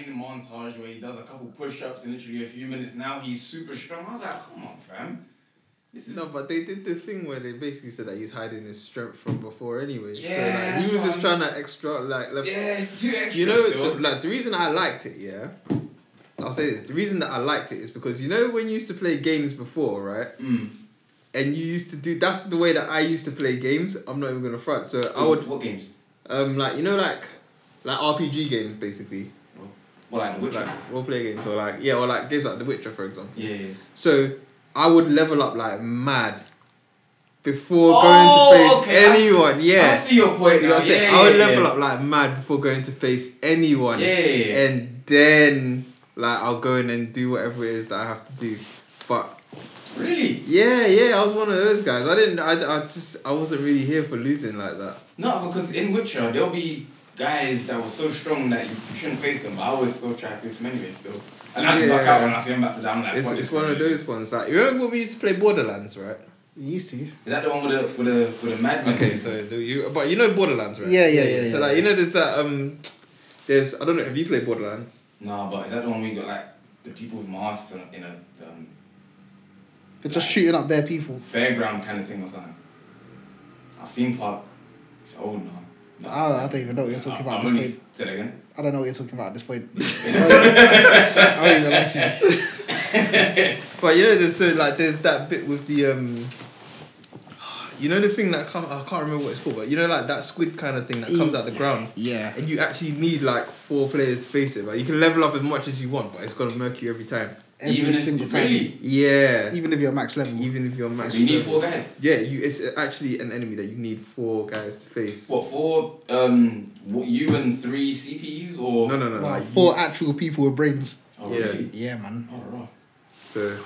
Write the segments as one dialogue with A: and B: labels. A: montage where he does a couple push-ups in literally a few minutes. Now he's super strong. I was like, come on, fam. This is
B: No, but they did the thing where they basically said that he's hiding his strength from before anyway.
A: Yeah,
B: so like,
A: that's
B: he was
A: what
B: just
A: I mean.
B: trying to extra like left
A: yeah, it's too extra.
B: You know,
A: still.
B: the, like the reason I liked it, yeah. I'll say this: the reason that I liked it is because you know when you used to play games before, right?
A: Mm.
B: And you used to do that's the way that I used to play games. I'm not even gonna front. So I would
A: What games?
B: um like you know like like RPG games basically,
A: Well, like The Witcher.
B: like role play games or like yeah or like games like The Witcher for example.
A: yeah, yeah.
B: So I would level up like mad before
A: Oh,
B: going to face
A: okay, I-
B: anyone.
A: I
B: yeah,
A: see your point.
B: you know
A: now.
B: what I'm saying?
A: Yeah,
B: I would
A: yeah,
B: level
A: yeah.
B: up like mad before going to face anyone.
A: Yeah, yeah, yeah.
B: And then like I'll go in and do whatever it is that I have to do. But
A: Really?
B: yeah, yeah, I was one of those guys. I didn't I, I just I wasn't really here for losing like that.
A: No, because in Witcher there'll be guys that were so strong that you shouldn't face them. But I always still try to face them anyway. Still, and I just
B: Yeah.
A: knock out when I see them back to down. Like,
B: It's,
A: fuck
B: it's
A: this
B: one of
A: guy.
B: those ones like you remember when we used to play Borderlands, right?
C: You used to.
A: Is that the one with the with the with the madman?
B: Okay, so do you but you know Borderlands, right?
C: Yeah, yeah, yeah,
B: So
C: yeah.
B: like you know there's that um there's I don't know, have you played Borderlands?
A: No, but is that the one we got like the people with masks in a, in a um,
C: They're just shooting up bare people.
A: fairground kind of thing or something? A theme park. It's old now. No,
C: I, I don't even know what you're talking about
A: I'm
C: at
A: only
C: this point.
A: said again.
C: I don't know what you're talking about at this point. I don't even lie to you.
B: But you know, there's so like there's that bit with the um, you know the thing that come I can't remember what it's called, but you know like that squid kind of thing that comes out the ground,
C: Yeah.
B: and you actually need like four players to face it. Like you can level up as much as you want, but it's gonna murk you every time.
C: Every
A: Even if-
C: single time.
A: Really?
B: Yeah,
C: Even if you're max level.
B: even if you're max.
A: You need
B: level.
A: four guys.
B: Yeah, you it's actually an enemy that you need four guys to face.
A: What four? Um, what you and three CPUs or?
B: No, no, no.
C: Wow,
B: like,
C: four actual people with brains.
A: Oh,
B: Yeah.
A: really?
C: Yeah, man.
A: Oh, right.
B: So.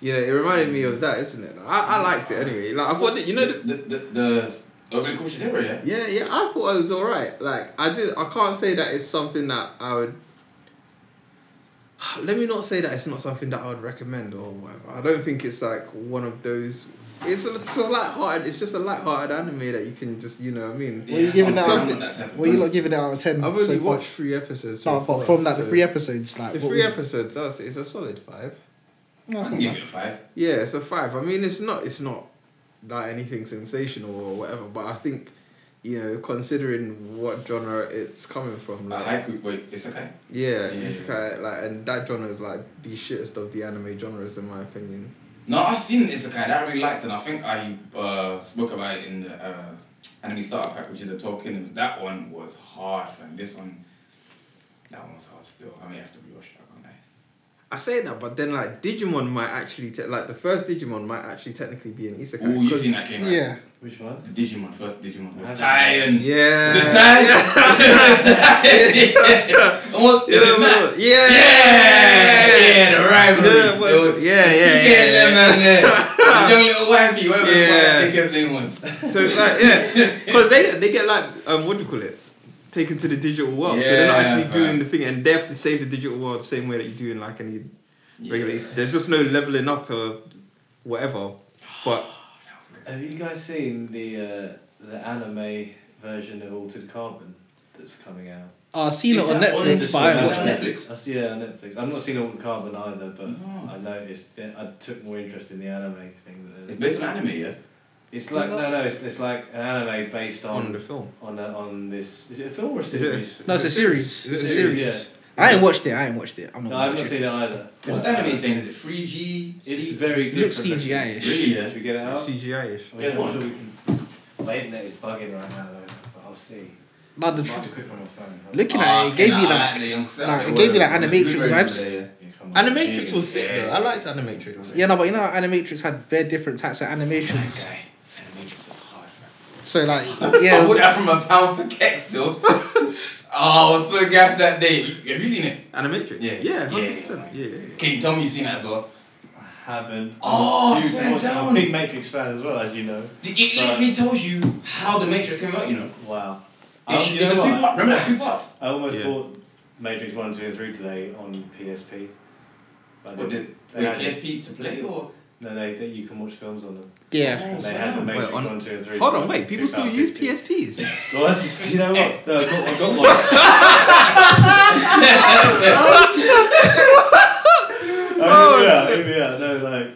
B: Yeah, it reminded me of that, isn't it? I, I liked it anyway. Like I thought, that, you know, the,
A: the the the, the overly cautious era, yeah.
B: Yeah, yeah, I thought it was alright. Like I did, I can't say that it's something that I would. Let me not say that it's not something that I would recommend or whatever. I don't think it's like one of those. It's a, it's a light-hearted. It's just a light-hearted anime that you can just, you know, what I mean.
C: What are you giving
A: I'm
C: that
A: sorry,
C: out?
A: I'm not type of
C: Well, you're
A: person.
C: not giving it out of 10
B: I've only
C: so far.
B: watched three episodes. so
C: No, but
B: far,
C: from that, the
B: so-
C: three episodes, like.
B: the
C: what
B: three
C: would-
B: episodes, that's it's a solid five.
C: No,
A: I
C: it's
A: can
C: not
A: give
C: bad.
A: it a five.
B: Yeah, it's a five. I mean, it's not. It's not like anything sensational or whatever. But I think, you know, considering what genre it's coming from,
A: A
B: like
A: haiku, wait, it's okay.
B: Yeah,
A: Yeah.
B: it's kind of like, and that genre is like the shittest of the anime genres, in my opinion.
A: No, I've seen Isekai that I really liked, and I think I uh, spoke about it in the uh, anime starter pack, which is the Twelve Kingdoms. That one was hard, and this one, that one was hard still. I may have to rewatch that one. eh?
B: I say that, but then like Digimon might actually te- like the first Digimon might actually technically be an isekai.
A: Oh, you
B: 'cause-
A: seen that game? Right?
C: Yeah.
D: Which one?
A: The Digimon, first Digimon
D: I
A: was
D: haven't.
A: Titan.
B: Yeah.
A: The Titan. Almost-
B: Yeah,
A: is it Matt?
B: yeah, yeah,
A: Yeah, yeah, the rivalry.
B: Yeah, what is it? yeah, yeah,
A: You can't
B: yeah,
A: let man there. The young little wappy, whatever
B: Yeah.
A: the fuck that nigga's name was.
B: yeah. So like, yeah, because they they get like um, what do you call it? Taken to the digital world, so they're not
A: Yeah,
B: actually doing
A: man.
B: the thing, and they have to save the digital world the same way that you do in like any regular. There's just no leveling up or whatever, but.
D: Have you guys seen the uh, the anime version of Altered Carbon that's coming out?
C: Uh,
E: Oh, I've seen it
A: Is
E: on
A: that on
E: Netflix,
A: the
E: but I haven't
A: show?
E: watched
A: That's
E: it.
A: Netflix?
D: I see, yeah, Netflix. I've not seen Altered Carbon either, but
A: No.
D: I noticed that I took more interest in the anime thing. Than
A: It's based on anime, yeah?
D: It's like no, no. It's, it's like an anime based
B: on the
D: on
B: film.
D: on a, on this. Is it a film or a
B: Is it-
D: series?
C: No, it's a
B: Is
C: series.
B: it
C: It's a
B: a
C: series. I ain't watched it. I ain't watched it. I'm not
D: No,
C: gonna
D: I've not
C: watch it.
D: seen it either.
A: What's the anime saying? Is it 3G?
D: It's
A: C-
D: very
C: It
D: good.
C: looks
D: production.
C: CGI-ish.
A: Really, yeah?
D: Should we get it out?
B: CGI ish.
D: I mean, I'm sure we can. My internet is bugging right now, though. But I'll see.
C: Like, the
D: Might
C: tr-
D: be quick on my phone. huh?
C: looking
A: Ah,
C: at it, it gave
A: nah,
C: me
A: I
C: like.
A: the young stuff.
C: nah, it
A: They
C: gave me
A: were-
C: like Animatrix
A: they were very
C: vibes.
A: good there,
D: Yeah, come on.
B: Animatrix was sick though. I liked Animatrix.
C: Yeah, no, but you know, how Animatrix had very different types of
A: yeah.
C: animations.
A: Okay. Animatrix was hard, man.
C: So, like, yeah.
A: I
C: it
A: bought
C: was-
A: that from a pound for kegs, though. oh, I was so gassed that day. Have you seen it?
B: Animatrix.
A: Yeah.
B: Yeah.
A: Yeah.
B: 100%. Yeah. Yeah. yeah.
A: King, tell me you've seen it as well.
D: I haven't.
A: Oh,
D: I'm a huge
A: swear
D: Watch- I'm
A: down.
D: a big Matrix fan as well, as you know.
A: It it literally tells you how the Matrix came out, you know.
D: Wow. Um,
A: It's,
D: you
A: it's a
D: know
A: two
D: what?
A: part. Remember that two parts?
D: I almost
B: Yeah.
D: bought Matrix 1, 2, and 3 today on PSP. But
A: What
D: they-
A: did
D: they
A: wait,
D: had it.
A: PSP to play or?
D: No, they, they, you can watch films on them.
C: Yeah.
A: Oh,
D: They had the
A: snap.
D: Matrix
B: on-
D: 1, 2, and 3.
B: Hold on,
D: from
B: wait. People still use
D: 2015.
B: PSPs.
D: Well, that's, you know what? No, I got, I got one. oh, yeah, yeah, no, like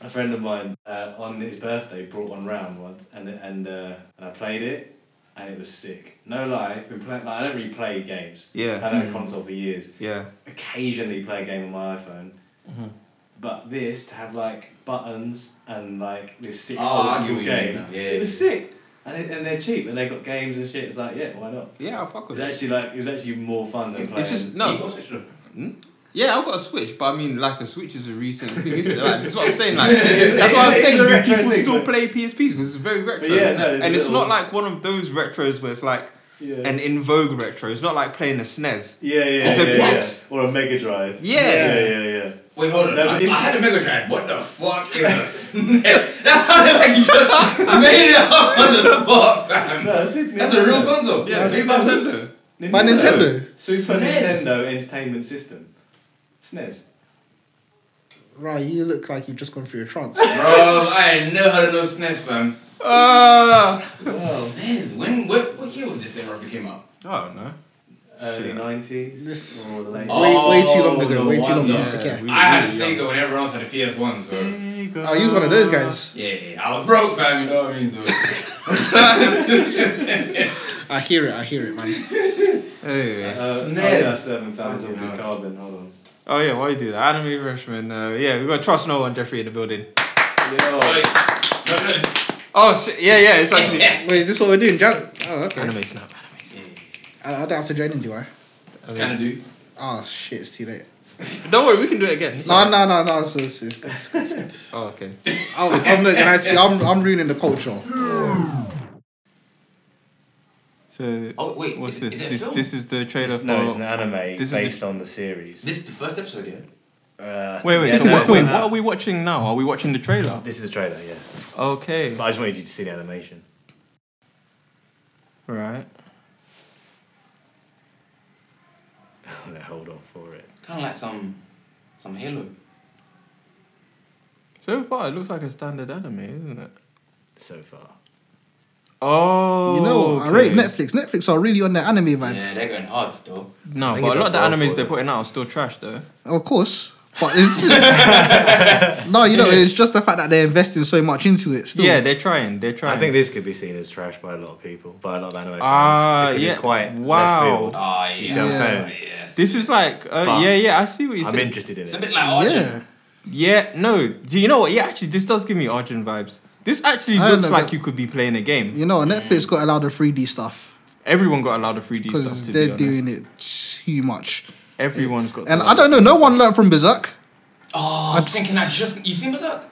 D: a friend of mine uh, on his birthday brought one round once, and and uh, and I played it, and it was sick. No lie, I've been playing. Like, I don't really play games. I
B: Yeah,
D: have had a console for years.
B: yeah.
D: Occasionally play a game on my iPhone,
B: Mhm.
D: but this to have like buttons and like this sick
A: Oh, I
D: old
A: get
D: school
A: what you mean
D: game.
A: now, yeah.
D: It was sick, and they, and they're cheap, and they got games and shit. It's like yeah, why not?
B: Yeah, I fuck with
D: It was
B: it.
D: actually like it was actually more fun than
A: It's
D: playing.
B: just- No.
A: You got switched them.
B: Yeah, I've got a Switch, but I mean, like, a Switch is a recent thing, isn't it? Like, that's what I'm saying. Like, that's what I'm
D: It's a
B: saying. Do
D: retro
B: people
D: thing,
B: still
D: but-
B: play PSPs? Because it's very retro.
D: yeah,
B: isn't
D: no,
B: it?
D: it's a
B: and it's
D: little-
B: not like one of those retros where it's like
D: yeah.
B: an in vogue retro. It's not like playing a E SNES.
D: yeah, yeah,
B: It's
D: yeah,
B: a
D: yeah,
B: PS.
D: or a Mega Drive.
B: Yeah.
D: yeah, yeah, yeah.
A: Wait, hold on.
D: No,
A: I,
D: but this-
A: I had a Mega Drive. What the fuck is a snake? That sounded like you just made it up on the spot, fam.
D: No, that's, it,
A: That's
D: Nintendo.
A: a real console.
B: Yeah,
A: Made
B: Super
A: by who?
B: Nintendo.
C: By Nintendo.
A: SNES.
D: Super Nintendo Entertainment System. E SNES.
C: Right, you look like you've just gone through a trance.
A: Bro, I ain't never heard of no SNES, fam.
B: Ah.
D: Wow.
A: SNES? When, what, what year was this thing roughly came out?
B: Oh no.
D: Early
B: Shit.
D: nineties.
C: This-
D: or late.
A: Oh,
C: way, way too long ago,
A: no
C: way too long
A: wonder.
C: ago to care.
B: We-
A: I had a
B: we-
A: Sega when everyone else had a PS1, so.
B: Sega.
C: Oh, he was one of those guys.
A: Yeah, yeah, I was broke, fam, you know what I mean? So.
C: I hear it, I hear it, man.
B: Hey.
D: Uh, oh,
A: SNES.
D: yeah, seven thousand
A: Fucking
D: to
A: hell.
D: carbon. Hold on.
B: Oh yeah, why you do that? Anime freshman. Uh, yeah, we got trust no one. Jeffrey in the building.
A: Like,
D: Yo.
A: no, no, it's-
B: Oh shit. Yeah, yeah. It's actually
C: Wait, is this what we're doing? Jan- oh, okay.
B: anime snap.
C: I, I don't have to join in, do I?
B: Anime.
A: Kinda do.
C: Oh, shit, it's too late.
B: Don't worry, we can do it again. It's
C: No, no, no, no, it's, it's, it's good, it's good, it's good.
B: all- Oh okay.
C: I'm, I'm, looking, I see, I'm, I'm ruining the culture.
B: So
A: Oh, wait,
B: what's
A: is-
B: this?
A: is it a
B: this
A: film?
B: this is the trailer for.
D: No, it's an anime
B: This is
D: based on the series.
A: This is the first episode, yeah?
D: Uh,
B: Wait, wait.
D: yeah,
B: so
D: no,
B: what,
D: it's
B: wait,
D: not
B: what are
D: that.
B: we watching now? Are we watching the trailer?
D: This is the trailer, yeah.
B: Okay.
D: But I just wanted you to see the animation.
B: Right.
D: I'm gonna hold on for it.
A: Kind of like some, some Halo.
B: So far, it looks like a standard anime, isn't it?
D: So far.
B: Oh.
C: you know what? I
B: okay.
C: rate Netflix. Netflix are really on their anime vibe.
A: Yeah, they're going hard still.
B: No,
D: think
B: but
D: it
B: a lot
D: does
B: of the
D: well
B: animes they're
D: for them.
B: putting out are still trash, though.
C: Of course. But it's just. no, you know, it's just the fact that they're investing so much into it still.
B: Yeah, they're trying. They're trying.
D: I think this could be seen as trash by a lot of people, by a lot of anime fans.
B: Ah,
D: because
B: yeah.
D: It's quite left
B: Wow.
D: field.
A: Ah,
D: You see what I'm saying?
A: Yes.
B: This is like, uh,
D: But-
B: yeah, yeah, I see what you're
D: I'm
B: saying.
D: interested in
A: It's a
D: it.
A: bit like Archie.
C: Yeah.
B: yeah, no, do you know what? Yeah, actually, this does give me Arjun vibes. This actually
C: I
B: looks
C: know,
B: like
C: but-
B: you could be playing a game.
C: You know, Netflix got allowed the 3D stuff
B: Everyone got a lot of 3D stuff
C: because
B: to
C: they're
B: be honest.
C: doing it too much.
B: Everyone's got.
C: And I don't know, no one learned from Berserk.
A: Oh, I
C: I'm
A: was thinking I
C: s-
A: just you seen Berserk?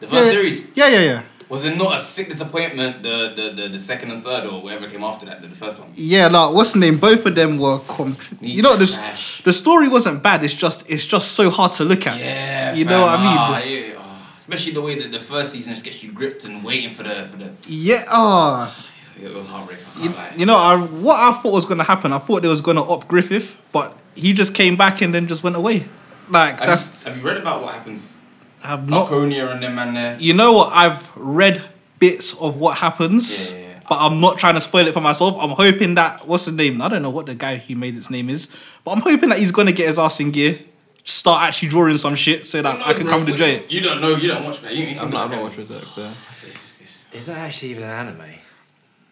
A: The first
C: Yeah,
A: series.
C: yeah, yeah, yeah.
A: Was it not a sick disappointment the, the, the, the second and third or whatever came after that, the, the first one?
C: Yeah, like what's the name? Both of them were complete. You know, this
A: Trash.
C: the story wasn't bad. It's just it's just so hard to look at.
A: Yeah.
C: you know
A: fam,
C: what
A: ah,
C: I mean.
A: yeah, ah. Especially the way that the first season just gets you gripped and waiting for the for the
C: Yeah, ah,
A: it was heartbreaking. I
C: you,
A: can't lie.
C: you know, I what I thought was gonna happen. I thought they was gonna up Griffith, but he just came back and then just went away. Like
A: have,
C: that's
A: you, have you read about what happens?
C: I've not.
A: Marconia and them and there.
C: You know what? I've read bits of what happens,
A: Yeah, yeah, yeah.
C: but I'm not trying to spoil it for myself. I'm hoping that what's his name? I don't know what the guy who made his name is, but I'm hoping that he's gonna get his ass in gear, start actually drawing some shit so that I can come and enjoy it.
A: You don't know, you don't watch man. You ain't
B: I'm
A: seen Berserk,
B: not. I'm not
A: have
B: watching Berserk, so.
A: you? It's- it's-
D: Is that actually even an anime?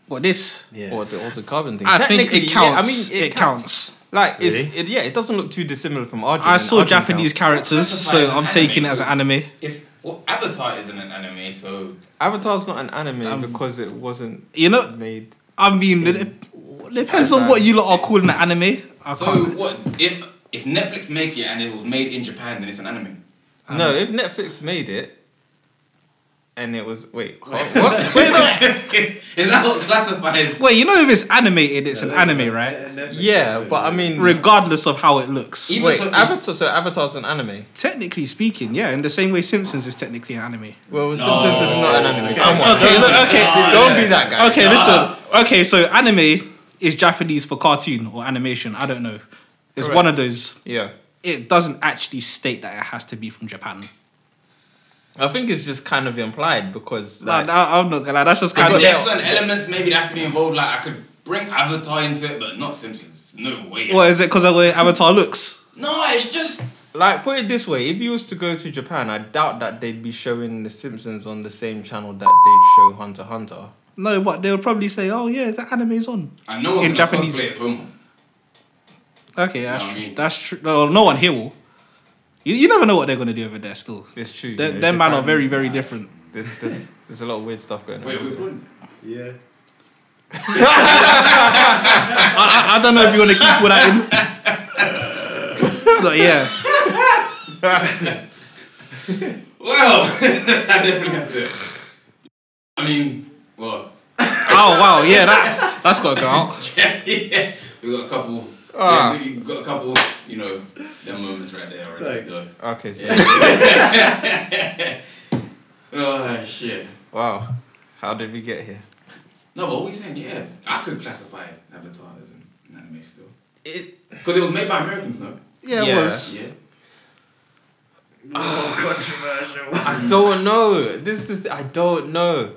C: What this?
D: Yeah.
B: Or the, or the carbon thing.
C: I think
B: Technically,
C: it
B: yeah,
C: counts.
B: I mean,
C: it, counts.
B: Like, it's,
D: Really?
B: it, yeah, it doesn't look too dissimilar from Arjun.
C: I
B: and
C: saw
B: Arjun
C: Japanese
B: counts.
C: characters, so
A: Classifies
C: I'm
A: as
C: taking it
A: anime.
C: as an anime.
A: If well, Avatar isn't an anime, so
B: Avatar's not an anime
C: Um,
B: because it wasn't
C: You know,
B: made.
C: I mean, it, it depends on what you lot are calling an anime. I
A: So
C: can't.
A: what if if Netflix make it and it was made in Japan, then it's an anime.
B: no, if Netflix made it, and it was wait, what? what? Wait, no.
A: Is that what classifies?
C: Wait, you know if it's animated, it's an anime, right?
B: yeah, but I mean,
C: Regardless of how it looks.
A: Even
B: wait,
A: so-
B: Avatar. So Avatar's an anime.
C: Technically speaking, yeah. In the same way, Simpsons is technically an anime.
B: Well, Simpsons is not an anime. Come on,
C: Okay, look, okay,
B: don't be that guy.
C: okay. Listen, okay. So anime is Japanese for cartoon or animation. I don't know. It's one
B: Correct.
C: of those.
B: Yeah,
C: It doesn't actually state that it has to be from Japan.
B: I think it's just kind of implied because
C: Nah,
B: like,
C: nah, I'm not gonna. lie, That's just kind
A: But
C: of.
A: there's certain elements maybe that have to be involved. Like I could bring Avatar into it, but not Simpsons. No way.
C: What is it? Because of the way Avatar looks.
A: No, No, it's just
B: Like, put it this way: if you was to go to Japan, I doubt that they'd be showing The Simpsons on the same channel that they'd show Hunter x Hunter.
C: No, but they'll probably say, "Oh yeah, the anime's on."
A: and no one's
C: In
A: gonna
C: Japanese-
A: cosplay as Wilma.
C: Okay, that's
A: what I
C: true.
A: mean?
C: That's true. No, no one here will. You, you never know what they're gonna do over there. Still,
B: It's true. you
C: Their-
B: know,
C: their man are
B: Japan-
C: very, very different.
B: There's, there's, there's a lot of weird stuff going on.
A: Wait, we wouldn't.
D: Yeah.
C: I, I, I don't know if you want to keep all that in. but yeah,
A: Well, I definitely have to. I mean, well,
C: oh wow, yeah, that that's got to go out.
A: yeah, we got a couple.
B: Ah.
A: Yeah, we got a couple. You know, them moments right there already. So.
D: Thanks.
B: Okay, so
A: Oh shit.
B: wow, how did we get here?
A: No, but what we saying? Yeah, I could classify Avatar as an anime still. Because it was made by Americans, no?
C: Yeah, it
B: Yeah.
C: was.
A: Yeah.
D: Oh,
B: I don't know. This is the th- I don't know.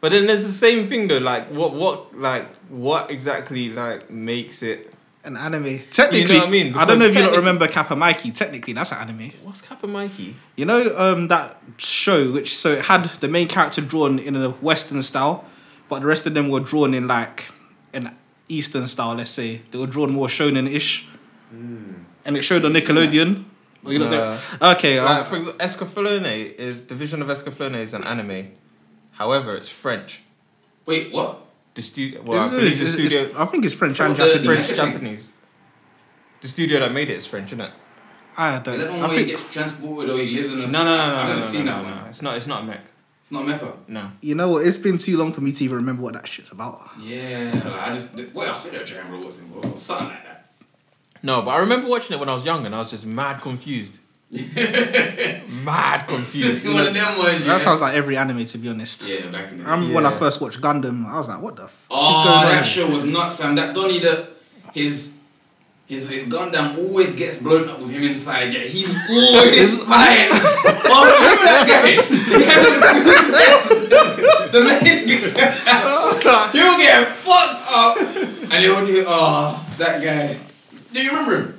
B: But then there's the same thing though. Like what what like what exactly like makes it?
C: An anime. Technically,
B: what I mean?
C: I don't know if you
B: Because
C: don't remember Kapamaiki. Technically, that's an anime.
B: What's Kappa Mikey?
C: You know um, that show, which so it had the main character drawn in a Western style, but the rest of them were drawn in like an Eastern style. Let's say they were drawn more shonen-ish, and it showed on Nickelodeon. Well, you know,
B: Nah.
C: they're- okay,
B: Hmm. Like
C: uh,
B: for example, Escaflowne is Division of Escaflowne is an anime. However, it's French.
A: Wait, what?
B: The studio. Well, I
C: it's-
B: believe the
C: it's-
B: studio.
C: it's- I think it's French and
A: Well, the-
C: Japanese.
B: French Japanese. The studio that made it is French, isn't it?
C: I don't.
A: Is that the one
C: I
A: where he
C: think,
A: gets transported or he lives in a.
B: No, no,
A: I
B: no, no. no,
A: haven't
B: no,
A: seen
B: no,
A: that
B: no,
A: one.
B: no. It's not. It's not a mech.
A: It's not Mecca.
B: No.
C: you know what? It's been too long for me to even remember what that shit's about.
A: Yeah, like, I just. Wait, I said that Jeremy was involved or something like that.
B: No, but I remember watching it when I was young and I was just mad confused. mad confused.
A: It's one of them ones. Yeah.
C: That sounds like every anime, to be honest.
A: Yeah, back in the
C: I remember when I
B: Yeah.
C: first watched Gundam, I was like, "What the f-
A: Oh,
C: is going
A: that
C: on?"
A: show was nuts, fam. That Donnie, that his his his Gundam always gets blown up with him inside. Yeah, he's always fine. oh, remember that guy? the main guy. He'll get fucked up, and he'll do. Oh, that guy. Do you remember him?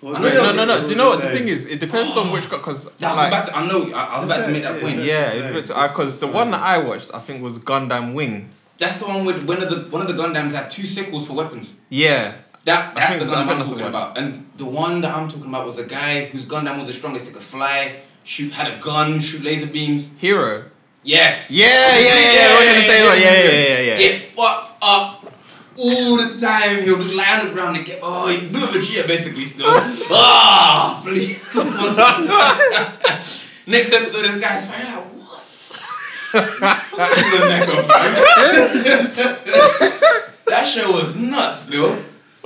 D: What's
A: No,
D: it?
A: no,
B: No, no, no. Do you know what the thing
D: name?
B: is? It depends on which because
A: That was about to, I know. I, I was about to make that point.
D: Yeah.
B: yeah, it depends because the one that I watched, I think was Gundam Wing.
A: That's the one with one of the one of the Gundams had two sickles for weapons.
B: Yeah,
A: That
B: I
A: that's
B: think
A: the
B: so, I
A: Gundam
B: think
A: I'm
B: that's the
A: talking
B: one.
A: about. And the one that I'm talking about was the guy whose Gundam was the strongest. He could fly, shoot, had a gun, shoot laser beams.
B: Hero.
A: Yes.
B: Yeah, yeah, yeah, yeah. We're gonna say what? Yeah, yeah, yeah, yeah.
A: Get fucked up all the time. He'll just lie on the ground and get oh, he's doing Vegeta basically still. Ah, please. Next episode, this guy's fighting like what? What's the neck of man? that show was nuts, though.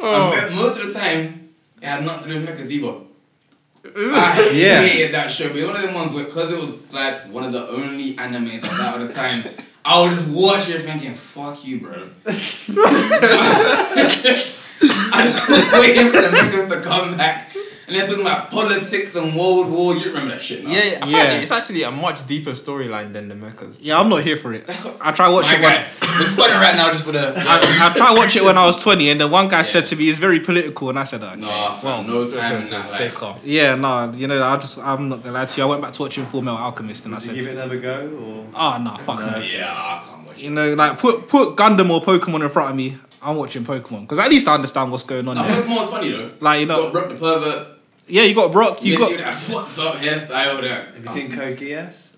A: I bet most of the time, it had nothing to do with mechas either. I
F: Yeah.
A: hated that show, but it was one of them ones where, because it was like one of the only animes I got at the time, I would just watch it thinking, fuck you, bro. I just was waiting for the mechas to come back. And they're talking about politics and World War. You remember that shit now?
B: Yeah, yeah.
C: Yeah.
B: Apparently, it's actually a much deeper storyline than the mechas.
C: Yeah, I'm not here for it.
A: That's what-
C: I try watch
A: My
C: it when
A: guy. We're squatting right now just for the.
C: I, I try watch it when I was 20, and then one guy said to me, "It's very political," and I said, "Okay."
A: No, well, no time in that. Like,
B: calm.
C: Yeah, no, you know, I just I'm not gonna lie to you. I went back to watching Full Metal Alchemist, and I
D: Did you
C: said,
D: give it another go or?
C: "Oh no, fuck no."
A: yeah, I can't watch it.
C: You know, like put put Gundam or Pokemon in front of me. I'm watching Pokemon because at least I understand what's going on.
A: No,
C: there.
A: Pokemon's funny though.
C: Like you
A: got
C: know,
A: Brock the pervert.
C: yeah, you got Brock,
A: You
C: you
A: got
C: got
A: that fucked up hairstyle there.
D: Have you seen
B: Um,
D: Code Geass?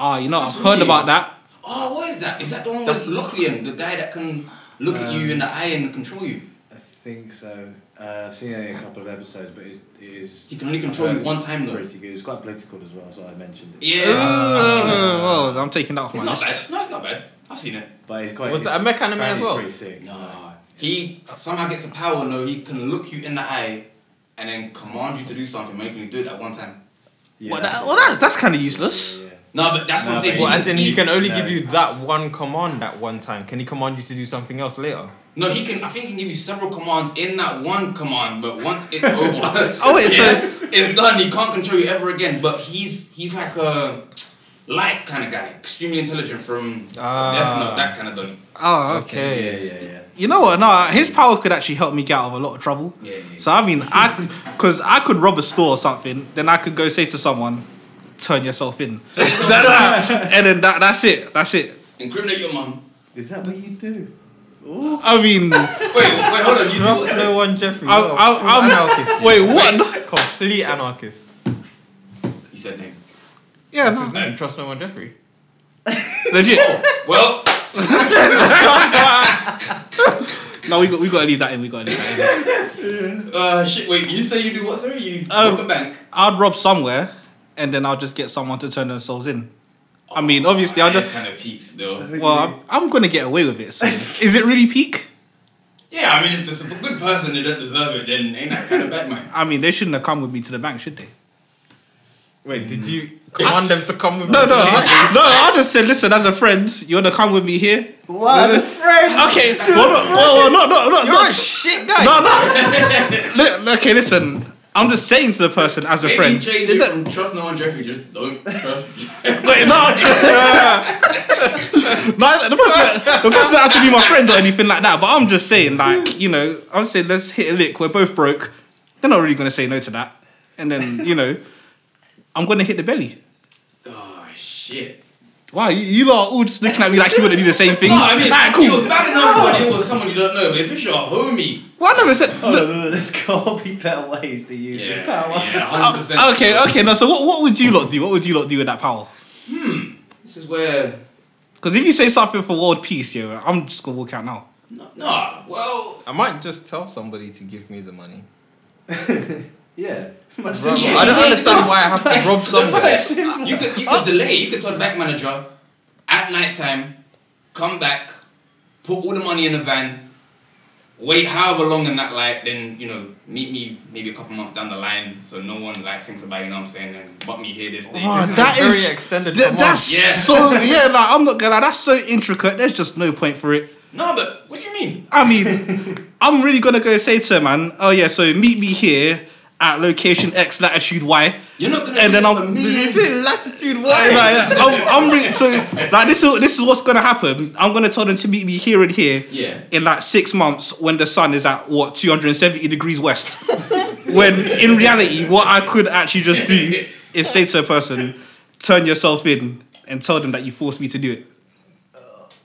C: ah, you know, I've heard about that.
A: Oh, what is that? Is that the one with Lachlan, Um, the guy that can look at you in the eye and control you?
D: I think so. Uh, I've seen only a couple of episodes, but it's, it is.
A: He can only control you one time though.
D: Pretty good. It's quite political as well, so I mentioned it.
A: Yeah, Uh,
C: Uh,
A: I've seen it.
C: Oh, well, I'm taking that off
A: it's
C: my
A: not
C: list.
A: bad. No, it's not bad. I've seen it.
D: But it's quite.
B: Was
D: it's-
B: that a mech anime as
D: apparently
B: well?
D: It's pretty sick.
A: Nah, he somehow gets a power though. He can look you in the eye and then command you to do something, but he can only do it at one time.
D: Yeah,
C: well,
D: that's
C: that,
D: it.
C: well, that's that's kind of useless.
D: Yeah, yeah.
A: No, but that's what
D: No,
A: I'm saying.
D: but
B: Well, as in, he can only
D: No,
B: give you
D: it's-
B: that one command at one time. Can he command you to do something else later?
A: No, he can. I think he can give you several commands in that one command, but once it's over,
C: Oh, wait, so-
A: it's done. He can't control you ever again. But he's he's like a light kind of guy, extremely intelligent from
B: Ah.
A: Death Note, that kind of Donnie.
C: Oh, okay.
B: Okay.
D: Yeah, yeah, yeah.
C: you know what? Nah, his power could actually help me get out of a lot of trouble.
A: Yeah, yeah.
C: So I mean, I because I could rob a store or something, then I could go say to someone, "Turn yourself in," That- and then that, that's it. That's it.
A: Incriminate your mum.
D: Is that what you do?
C: I mean, I,
A: Wait, wait, hold on. You do
E: Not
A: what?
E: no one, Jeffrey.
C: I,
E: You're a full
C: I'm
E: anarchist.
C: Wait, what?
E: yeah. complete anarchist.
A: You said name.
C: Yeah,
E: That's his
C: no,
E: name. Trust no one, Jeffrey.
C: legit.
A: Well,
C: No, we got we got to leave that in. We got to leave that in.
A: uh, shit. Wait, you say you do what, sorry? You
C: Um,
A: rob the bank?
C: I'd rob somewhere, and then I'll just get someone to turn themselves in. I mean, obviously, I don't.
A: kind of peaks though.
C: Well, I'm, I'm gonna get away with it. So. Is it really peak?
A: Yeah, I mean, if there's a good person that doesn't deserve it, then ain't that kind of bad, man?
C: I mean, they shouldn't have come with me to the bank, should they?
E: Wait, did you command them to come with
C: No,
E: you?
C: no, I, no. I just said, listen, as a friend, you wanna come with me here?
D: What? As a friend?
C: Okay. Well, no, well, well, no, no, no,
E: You're
C: no,
E: a shit guy.
C: no, no. Li- Okay, listen. I'm just saying to the person as a
A: Maybe
C: friend.
A: change
C: Did
A: it
C: that-
A: from trust no one, Jeffrey. Just don't trust.
C: Wait, no. no, the person, that, the person that has to be my friend or anything like that. But I'm just saying, like, you know, I'm saying let's hit a lick. We're both broke. They're not really gonna say no to that. And then you know, I'm gonna hit the belly.
A: oh shit.
C: Wow, you, you lot are all just looking at me like you wouldn't do the same thing.
A: No, I mean,
C: Alright,
A: it
C: cool.
A: was bad enough when it was someone you don't know, but if it's your homie,
C: Well, I never said.
A: Oh,
D: Hold on, hold on, Oh, there's gotta be better ways to use
A: yeah,
D: this power.
A: yeah, hundred percent.
C: Okay, okay, no. So what, what would you lot do? What would you lot do with that power?
A: This is where.
C: Because if you say something for world peace, yo, I'm just gonna walk out now.
A: No, nah, well.
E: I might just tell somebody to give me the money.
D: Yeah. My
E: Bro,
D: sister-
A: Yeah,
E: I don't
A: yeah,
E: understand
A: no.
E: why I have to rob
A: Don't
E: somewhere.
A: forget, you could you could delay. You could tell the bank manager at night time, come back, put all the money in the van, wait however long in that light, then you know meet me maybe a couple months down the line, so no one like thinks about you know what I'm saying, and but me here this day.
C: Oh,
A: This is-
C: that
E: very
C: is
E: extended
C: th-
E: command.
C: that's
A: Yeah.
C: so yeah. Like I'm not gonna. lie, That's so intricate. There's just no point for it.
A: no, but what do you mean?
C: I mean, I'm really gonna go say to her, man. Oh yeah, so meet me here at location X, latitude Y.
A: You're not gonna.
C: And
A: do
C: then
A: this
C: I'm-
A: for me.
E: Is it latitude?
C: Like,
E: Why?
C: I'm, I'm really, so like this is this is what's gonna happen. I'm gonna tell them to meet me here and here.
A: Yeah.
C: In like six months, when the sun is at what 270 degrees west. when in reality, what I could actually just do is say to a person, turn yourself in and tell them that you forced me to do it.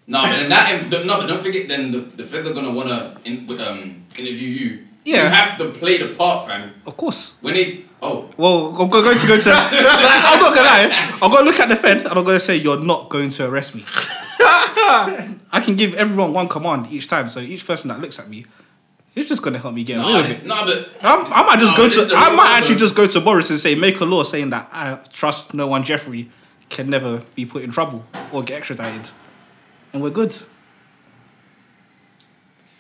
A: No, but then that if, no, but don't forget. Then the, the feds are gonna wanna in, um, interview you.
C: Yeah.
A: you have to play the part, fam.
C: Of course.
A: When they oh
C: Well, I'm go- going to go to. like, I'm not gonna lie. I'm gonna look at the Fed and I'm gonna say you're not going to arrest me. I can give everyone one command each time, so each person that looks at me, is just gonna help me get away
A: no,
C: with
A: this,
C: it.
A: no, but
C: I'm, I might just
A: no,
C: go
A: this is
C: to.
A: the
C: I
A: real
C: might actually
A: problem.
C: just go to Boris and say make a law saying that I trust no one. Jeffrey can never be put in trouble or get extradited, and we're good.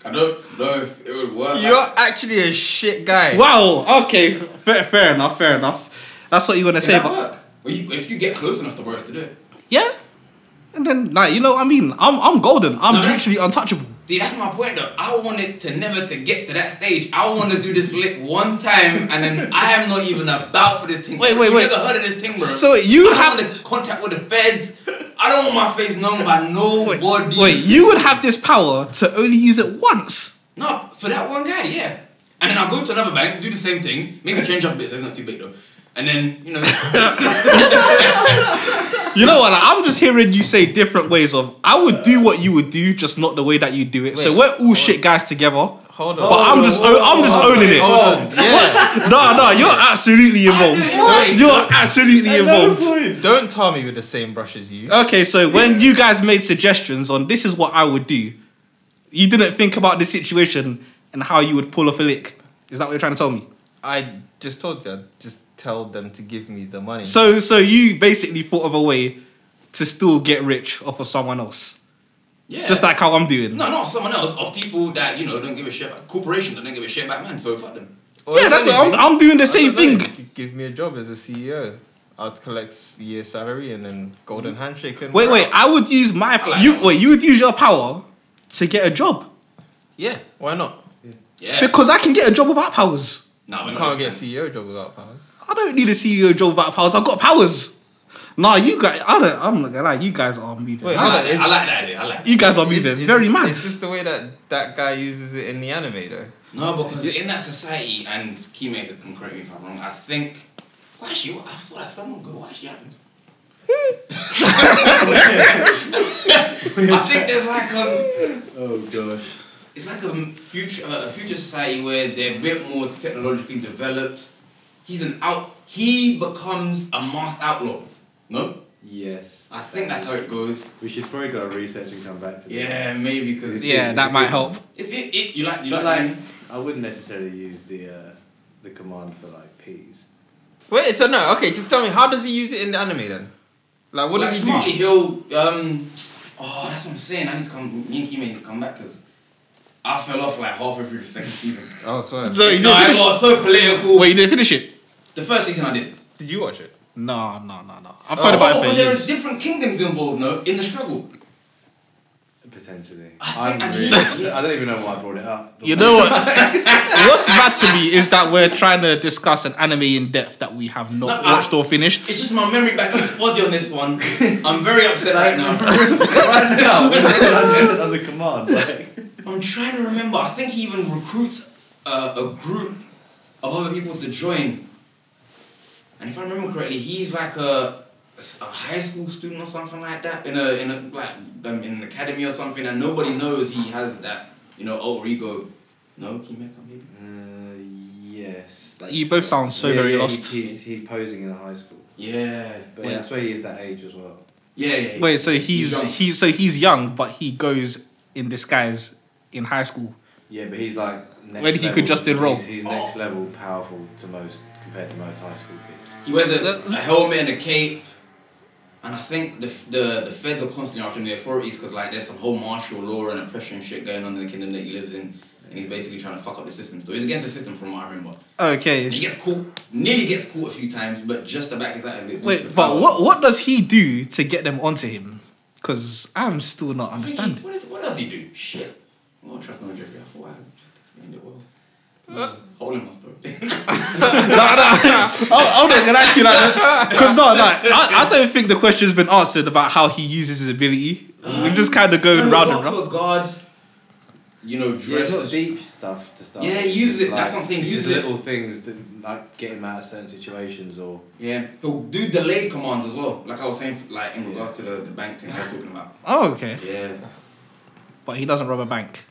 A: I don't know if it would work.
E: You're actually a shit guy.
C: Wow. Okay. Fair, fair enough. Fair enough. That's what you wanna
A: Can
C: say.
A: that
C: But
A: work? Well, you, if you get close enough to work to do it.
C: yeah. And then, like, you know, what I mean, I'm, I'm golden. I'm
A: No, that's-
C: literally untouchable.
A: See, that's my point though. I wanted to never to get to that stage. I want to do this lick one time, and then I am not even about for this thing.
C: Wait, wait,
A: you
C: wait.
A: Never heard of this thing, bro.
C: So you
A: I
C: have-
A: don't want to contact with the feds. I don't want my face known by nobody.
C: Wait, you would have this power to only use it once.
A: No, for that one guy, yeah. And then I'll go to another bank, do the same thing, maybe change up bits, so it's not too big though. And then, you know,
C: You know what? Like, I'm just hearing you say different ways of I would do what you would do, just not the way that you do it. so
E: Wait,
C: we're all shit guys together.
E: Hold
C: But
E: on.
B: Oh.
C: I'm just, oh,
D: whoa,
C: I'm just
D: whoa,
C: owning it.
E: Hold on. Yeah.
C: No, no, you're absolutely involved.
A: What?
C: You're absolutely
D: At no
C: involved.
D: point.
E: Don't tar me with the same brush as you.
C: Okay, so when you guys made suggestions on this is what I would do, you didn't think about the situation and how you would pull off a lick. Is that what you're trying to tell me?
E: I just told you. I just tell them to give me the money.
C: So so you basically thought of a way to still get rich off of someone else.
A: yeah.
C: Just like how I'm doing.
A: No, not someone else, of people that, you know, don't give a shit about corporations that don't give a shit about man, so fuck them.
E: Or
C: yeah,
E: if
C: that's what I'm,
E: anything-
C: I'm doing the same
E: I don't know,
C: thing.
E: you could Give me a job as a CEO. I'd collect a year's salary and then golden handshake. And
C: Wait, wait, I would use my
A: like
C: you
A: that.
C: wait, you would use your power to get a job.
E: Yeah, why not?
A: Yeah.
C: Because I can get a job without powers.
A: nah,
E: You
A: but not
E: can't
A: this
E: get a
A: kind.
E: CEO job without powers.
C: I don't need a CEO job without powers. I've got powers. Nah, you guys. I don't, I'm not gonna lie. You guys are moving.
E: Wait,
A: I
E: hold
C: mad.
E: on,
A: like,
E: it's-
A: I like that idea. I like.
C: you guys are moving
E: It's-
C: very
E: it's,
C: mad.
E: It's just the way that that guy uses it in the anime, though.
A: No, because in that society, and Keymaker can correct me if I'm wrong. I think. Why she? I thought that someone go. Why she happens? I think there's like um,
D: Oh gosh.
A: it's like a future, uh, a future society where they're a bit more technologically developed. He's an out. He becomes a masked outlaw. No,
D: Yes.
A: I think that's how it goes.
D: We should probably do our research and come back to this.
A: Yeah, maybe because
C: yeah, that might help.
A: Is it? It you like you
D: But
A: like,
D: like, I wouldn't necessarily use the uh, the command for like peas.
E: Wait, so no, okay, just tell me, how does he use it in the anime then? Like, what
A: Like
E: does he
A: Smart
E: do?
A: Hill, um, oh, that's what I'm saying. I need to come. Me and Kima need to come back because I fell off like halfway through the second season.
E: Oh, swear.
C: So you
A: no, I
C: didn't finish.
A: got so political.
C: Wait, you didn't finish it?
A: The first season I did.
E: Did you watch it?
C: No, no, no, no. I've heard about
A: oh,
C: it for
A: but there
C: years.
A: is different kingdoms involved, no, in the struggle.
D: Potentially.
A: I think
D: I'm
A: I
D: really,
A: need-
D: I don't even know why I brought it up.
C: You know what? What's bad to me is that we're trying to discuss an anime in depth that we have not
A: No, I-
C: watched or finished.
A: It's just my memory back is fuzzy on this one. I'm very upset right now.
D: right now, we're not missing on the command. Like,
A: I'm trying to remember. I think he even recruits uh, a group of other people to join. And if I remember correctly, he's like a, a high school student or something like that in a in a like um, in an academy or something, and nobody knows he has that you know alter ego. No, Kimeka maybe.
D: uh, yes. Like,
C: You both sound so
D: Yeah,
C: very
D: yeah,
C: lost.
D: He's, he's, he's posing in a high school,
A: Yeah.
D: but
C: Wait.
D: that's where he is that age as well.
A: Yeah. yeah, yeah.
C: Wait, so he's
A: young.
C: he so he's young, but he goes in disguise in high school.
D: Yeah, but he's like next
C: When he could
D: level-
C: just enroll. Oh.
D: He's, he's next level powerful to most compared to most high school kids.
A: He wears a, a helmet and a cape. And I think the, the the feds are constantly after him, the authorities, because like there's some whole martial law and oppression shit going on in the kingdom that he lives in, and he's basically trying to fuck up the system. So he's against the system, from what I remember. And he
C: Okay.
A: gets caught, nearly gets caught a few times, but just about gets out of it.
C: Wait, but what what does he do to get them onto him? Because I'm still not
A: I think
C: understanding.
A: He, what, is, what does he do? Shit. I don't trust no Jeffrey. I thought I just explained it well.
C: Uh.
A: Hole in my story.
C: no, no, I'm not gonna actually like because no, like I, I don't think the question's been answered about how he uses his ability. We're just kind of going
A: He
C: round and
A: walked to
C: round.
A: a guard, you know,
D: Yeah, it's
A: dressed
D: not
A: as
D: deep stuff to start.
A: Yeah,
D: with, it's
A: use
D: just
A: it, that's what I'm saying,
D: it's
A: use
D: just
A: it.
D: little things that like get him out of certain situations or.
A: Yeah, he'll Oh, do delayed commands as well. Like I was saying, like in regards to the, the bank thing I was talking about.
C: Oh, okay.
A: Yeah.
C: But he doesn't rob a bank.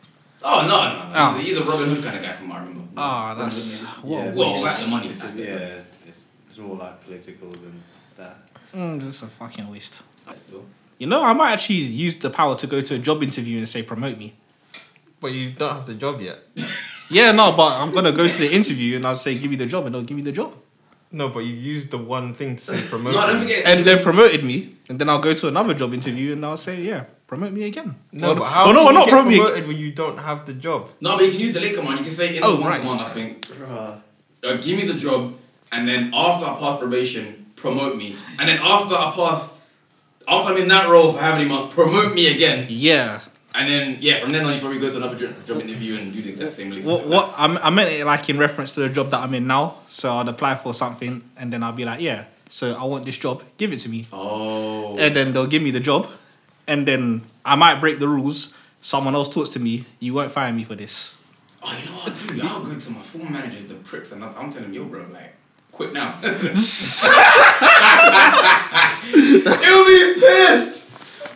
A: Oh no, no, no.
C: Oh.
A: He's, a, he's a Robin Hood kind of guy from what I remember.
C: Ah, that's what
D: yeah,
C: a
D: but
A: Well,
C: waste.
A: that's the money.
D: It's just,
A: aspect.
D: yeah, it's, it's more like political than that.
C: Mm, that's a fucking waste.
A: Still.
C: You know, I might actually use the power to go to a job interview and say promote me.
E: But you don't have the job yet.
C: Yeah, no, but I'm gonna go to the interview and I'll say give me the job and they'll give me the job.
E: No, but you used the one thing to say promote.
A: No, don't
E: me.
A: forget.
C: And they've promoted me, and then I'll go to another job interview and I'll say, yeah, promote me again.
E: No,
C: Or-
E: but how
C: or no,
E: can
C: or
E: you
C: not
E: get
C: promote me.
E: promoted when you don't have the job?
A: no, but you can use delayed command. You can say in
C: Oh,
A: the one
C: right.
A: command, I think, uh, give me the job, and then after I pass probation, promote me, and then after I pass, after I'm in that role for however many months, promote me again,
C: Yeah.
A: and then yeah, from then on you probably go to another job, job interview and do the exact same. links.
C: What? What? I'm, I meant it like in reference to the job that I'm in now. So I'd apply for something and then I'll be like, yeah. So I want this job. Give it to me.
A: Oh.
C: and then they'll give me the job, and then I might break the rules. Someone else talks to me. You won't fire me for this.
A: Oh, you know what, dude? I'll go to my former managers, the pricks, and I'm, I'm telling them, yo, bro, like, quit now. You'll be pissed.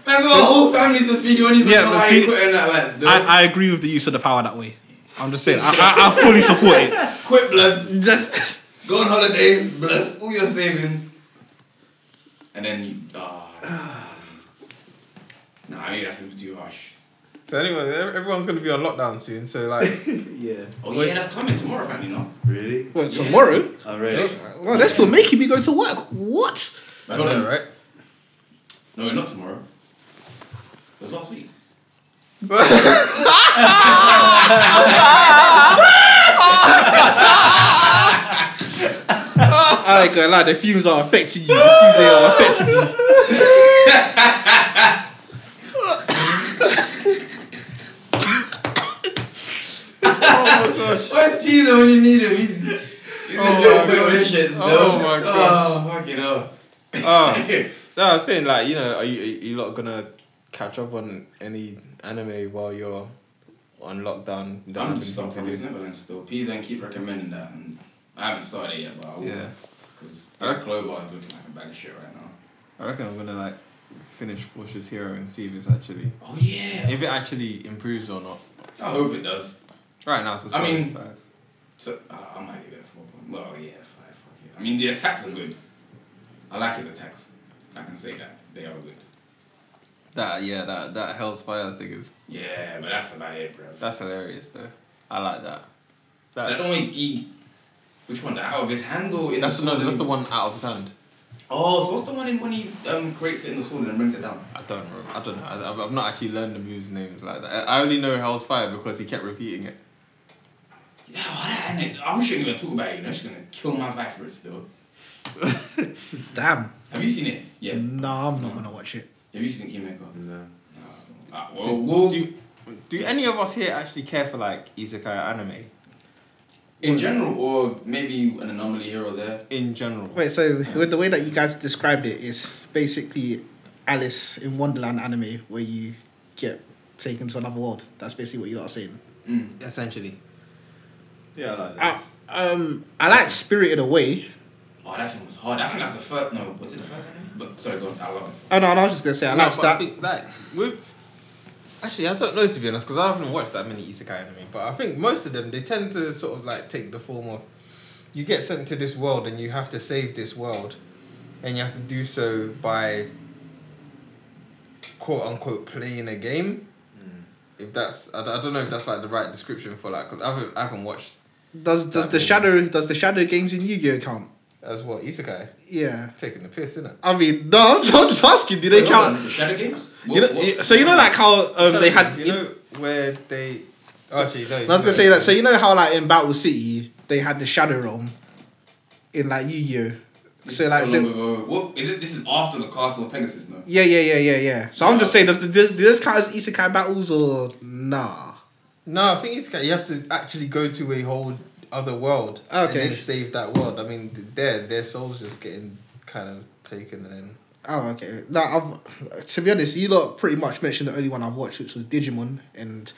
A: That's what whole family's to feed you on
C: Yeah,
A: yeah,
C: but
A: but
C: see-
A: quitting that, like, dude,
C: I, I agree with the use of the power that way. I'm just saying, I, I, I fully support it.
A: quit blood. go on holiday, bless all your savings, and then you. ah. nah, maybe that's a bit too harsh.
B: So anyway, ev- everyone's gonna be on lockdown soon. So like,
D: Yeah.
A: Oh yeah, that's coming tomorrow, apparently, no.
D: Really?
C: Well,
A: tomorrow?
D: I really.
C: Well, they're still making me go to work. What?
A: But hold on, right?
B: right?
A: No, not tomorrow. It was last week.
C: I ain't gonna lie, the fumes are affecting you. The fumes they are affecting you.
A: Where's Pizza when you need him? He's, he's a joke with all this shit.
E: Oh my gosh.
A: Oh, Ah, fucking hell.
B: Oh, no, I was saying like you know, are you are you lot gonna catch up on any anime while you're on lockdown? You don't
A: I'm
B: have
A: just
B: anything
A: stuck on this Neverland still. Please don't keep recommending that. And I haven't started it yet, but I will.
B: Yeah,
A: Because that Clover is looking like a bag of shit right now.
B: I reckon I'm gonna like finish Porsche's Hero and see if it's actually
A: Oh, yeah.
B: if it actually improves or not.
A: I hope it does.
B: Right now, it's a
A: I mean-
B: solid five.
A: So, uh, I might give it a 4 point. Well, yeah, 5. Fuck it. I mean, the attacks are good. I like his attacks. I can say that. They are good.
B: that yeah, that that Hellspire thing is
A: Yeah, but that's about it, bro.
B: that's hilarious though. I like that. That,
A: That only he. Which one? The out of his handle in
B: that's
A: the
B: the, no,
A: sword
B: that's
A: and-
B: the one out of his hand.
A: Oh, so what's the one in when he um, creates it in the sword and then brings it down?
B: I don't remember. I don't know. I, I've, I've not actually learned the moves names like that. I I only know Hellspire because he kept repeating it.
A: Yeah, all that, and it, I shouldn't even talk about it. You know, she's gonna kill my vibe for it still.
G: Damn.
A: Have you seen it? Yeah.
G: No, I'm not gonna watch it.
A: Have you seen Kimeko? No. Uh, well,
B: Do-
A: we'll-
B: do, do any of us here actually care for like isekai anime
A: in general, or maybe an anomaly here or there.
B: in general?
C: Wait, so with the way that you guys described it, it's basically Alice in Wonderland anime where you get taken to another world. That's basically what you are saying.
A: Mm.
H: Essentially.
D: Yeah, I like
C: I,
D: that.
C: um, I like Spirited Away.
A: Oh, that thing was hard. I think that's the first. No, was it the first anime? But sorry, go on. I love it.
C: Oh no, no I was just gonna say I
B: No,
C: like
B: but I
C: that.
B: think, like with actually, I don't know to be honest because I haven't watched that many isekai anime. But I think most of them they tend to sort of like take the form of you get sent to this world and you have to save this world, and you have to do so by quote unquote playing a game.
C: Hmm.
B: If that's I, don't- I don't know if that's like the right description for that because I haven't I haven't watched
C: Does does the
B: That-
C: shadow does the shadow games in Yu Gi Oh count?
B: as well isekai
C: Yeah.
B: taking the piss in it.
C: I mean, no, I'm just asking. Do they
A: Wait, hold
C: count?
A: on, the Shadow Game?
C: You know, so you know like how um, they had.
B: you know where they oh, actually no.
C: I was gonna say that. So you know how like in Battle City they had the Shadow Realm in like Yu Gi Oh. So like
A: long
C: the,
A: ago. What, is it, this is after the Castle of Pegasus, no?
C: Yeah, yeah, yeah, yeah, yeah. So I'm just saying, does the does, do those count as isekai battles or nah?
B: No, I think it's you have to actually go to a whole other world
C: Okay.
B: and then save that world. I mean, their their souls just getting kind of taken and then
C: Oh, okay. No, I've to be honest, you lot pretty much mentioned the only one I've watched, which was Digimon, and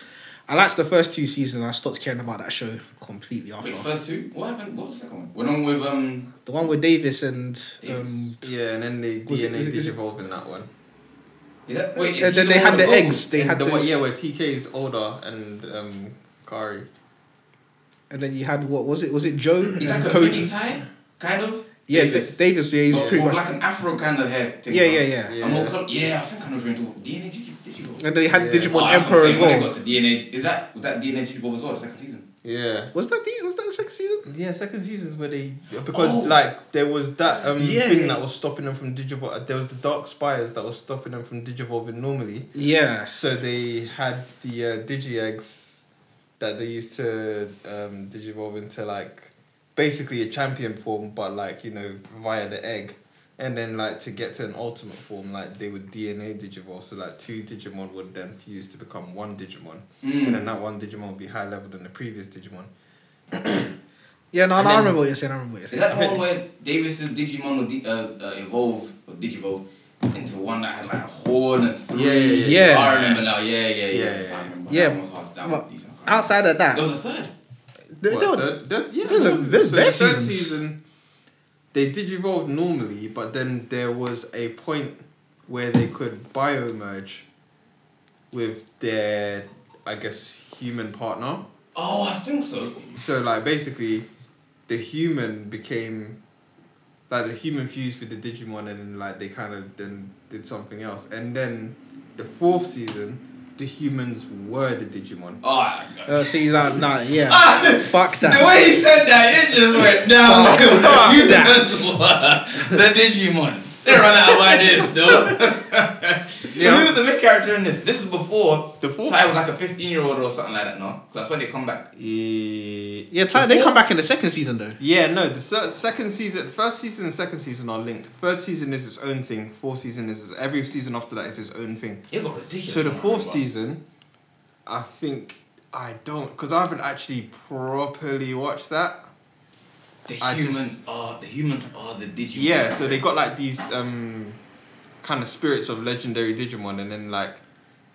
C: I liked the first two seasons. And I stopped caring about that show completely after
A: Wait, first two? What happened? What was the second one? Went on with, um.
C: the one with Davis and um,
B: yeah, and then the
C: Was it-
B: DNA
C: is it- is it-
B: disevolve in that one.
A: Is that, wait, is
C: and
A: he
C: then they
A: one
C: had
A: with
C: the
A: gold?
C: eggs. They
B: And
C: had
B: the
C: the,
B: one, yeah, where TK is older and um Kari.
C: and then you had what was it? Was it Joe
A: He's
C: and
A: like a mini
C: Cody?
A: tie, kind of.
C: Yeah,
A: Davis. Oh,
C: Davis. Davis yeah, he's
A: Or-
C: pretty
A: or
C: much.
A: like an afro kind of hair thing.
C: Yeah,
A: right?
C: yeah, yeah,
B: Yeah.
A: A more col- yeah, I think I know what you're into. DNA Digi- Digivolve.
C: And they had
B: Yeah.
C: Digimon
A: Oh, that's what
C: Emperor
A: I'm
C: as
A: saying, when they
C: well.
A: got the DNA. Is that was that DNA Digivolve as well? The second season.
B: Yeah.
C: Was that the was that the second season?
B: Yeah, second season's where they because
A: Oh.
B: like there was that um
C: Yeah,
B: thing
C: yeah.
B: that was stopping them from digivol. There was the dark spires that was stopping them from digivolving normally.
C: Yeah.
B: So they had the uh, digi eggs that they used to um, digivolve into like basically a champion form, but like you know via the egg, and then like to get to an ultimate form, like they would DNA digivolve. So like two Digimon would then fuse to become one Digimon,
A: Hmm.
B: and then that one Digimon would be higher level than the previous Digimon.
C: Yeah, no,
B: And
C: no I
B: then-
C: remember what you're saying. I remember what you're
A: Is
C: saying.
A: that the one where Davis's Digimon would di- uh, uh, evolve or Digivolve into one that had like a horn and three?
B: Yeah, yeah,
C: yeah, yeah.
A: I remember now. Yeah, yeah, yeah.
B: Yeah, yeah,
A: I remember.
C: yeah.
A: That one was hard. That
C: Well,
A: was decent.
C: Outside of that,
A: There was a third.
C: They-
B: What,
C: they were-
B: third- third- yeah,
C: there's a-
B: there was-
C: there's
B: so the
C: bare
B: third
C: seasons.
B: season, they digivolved normally, but then there was a point where they could biomerge with their, I guess, human partner.
A: Oh, I think so.
B: So like basically, the human became, like the human fused with the Digimon, and then, like they kind of then did something else, and then the fourth season, the humans were the Digimon.
A: Oh, I-
C: Uh, see that? Nah, yeah. Fuck that.
A: the Ah! way he said that, it just went down.
C: Fuck that.
A: you the the Digimon. They run out of ideas, dude.
B: Yeah.
A: Who was the main character in this? This is before
B: The fourth-
A: Ty was like a fifteen-year-old or something like that. No, because that's when they come back.
B: Yeah.
C: Yeah, Ty, they come back in the second season though.
B: Yeah, no, the se- second season, first season and second season are linked. Third season is its own thing. Fourth season is every season after that is its own thing.
A: It got ridiculous.
B: So the
A: when I
B: fourth
A: remember.
B: season, I think I don't because I haven't actually properly watched that.
A: The
B: I
A: humans
B: just-
A: are the humans are the Digimon.
B: Yeah, so they got like these um, kind of spirits of legendary Digimon, and then like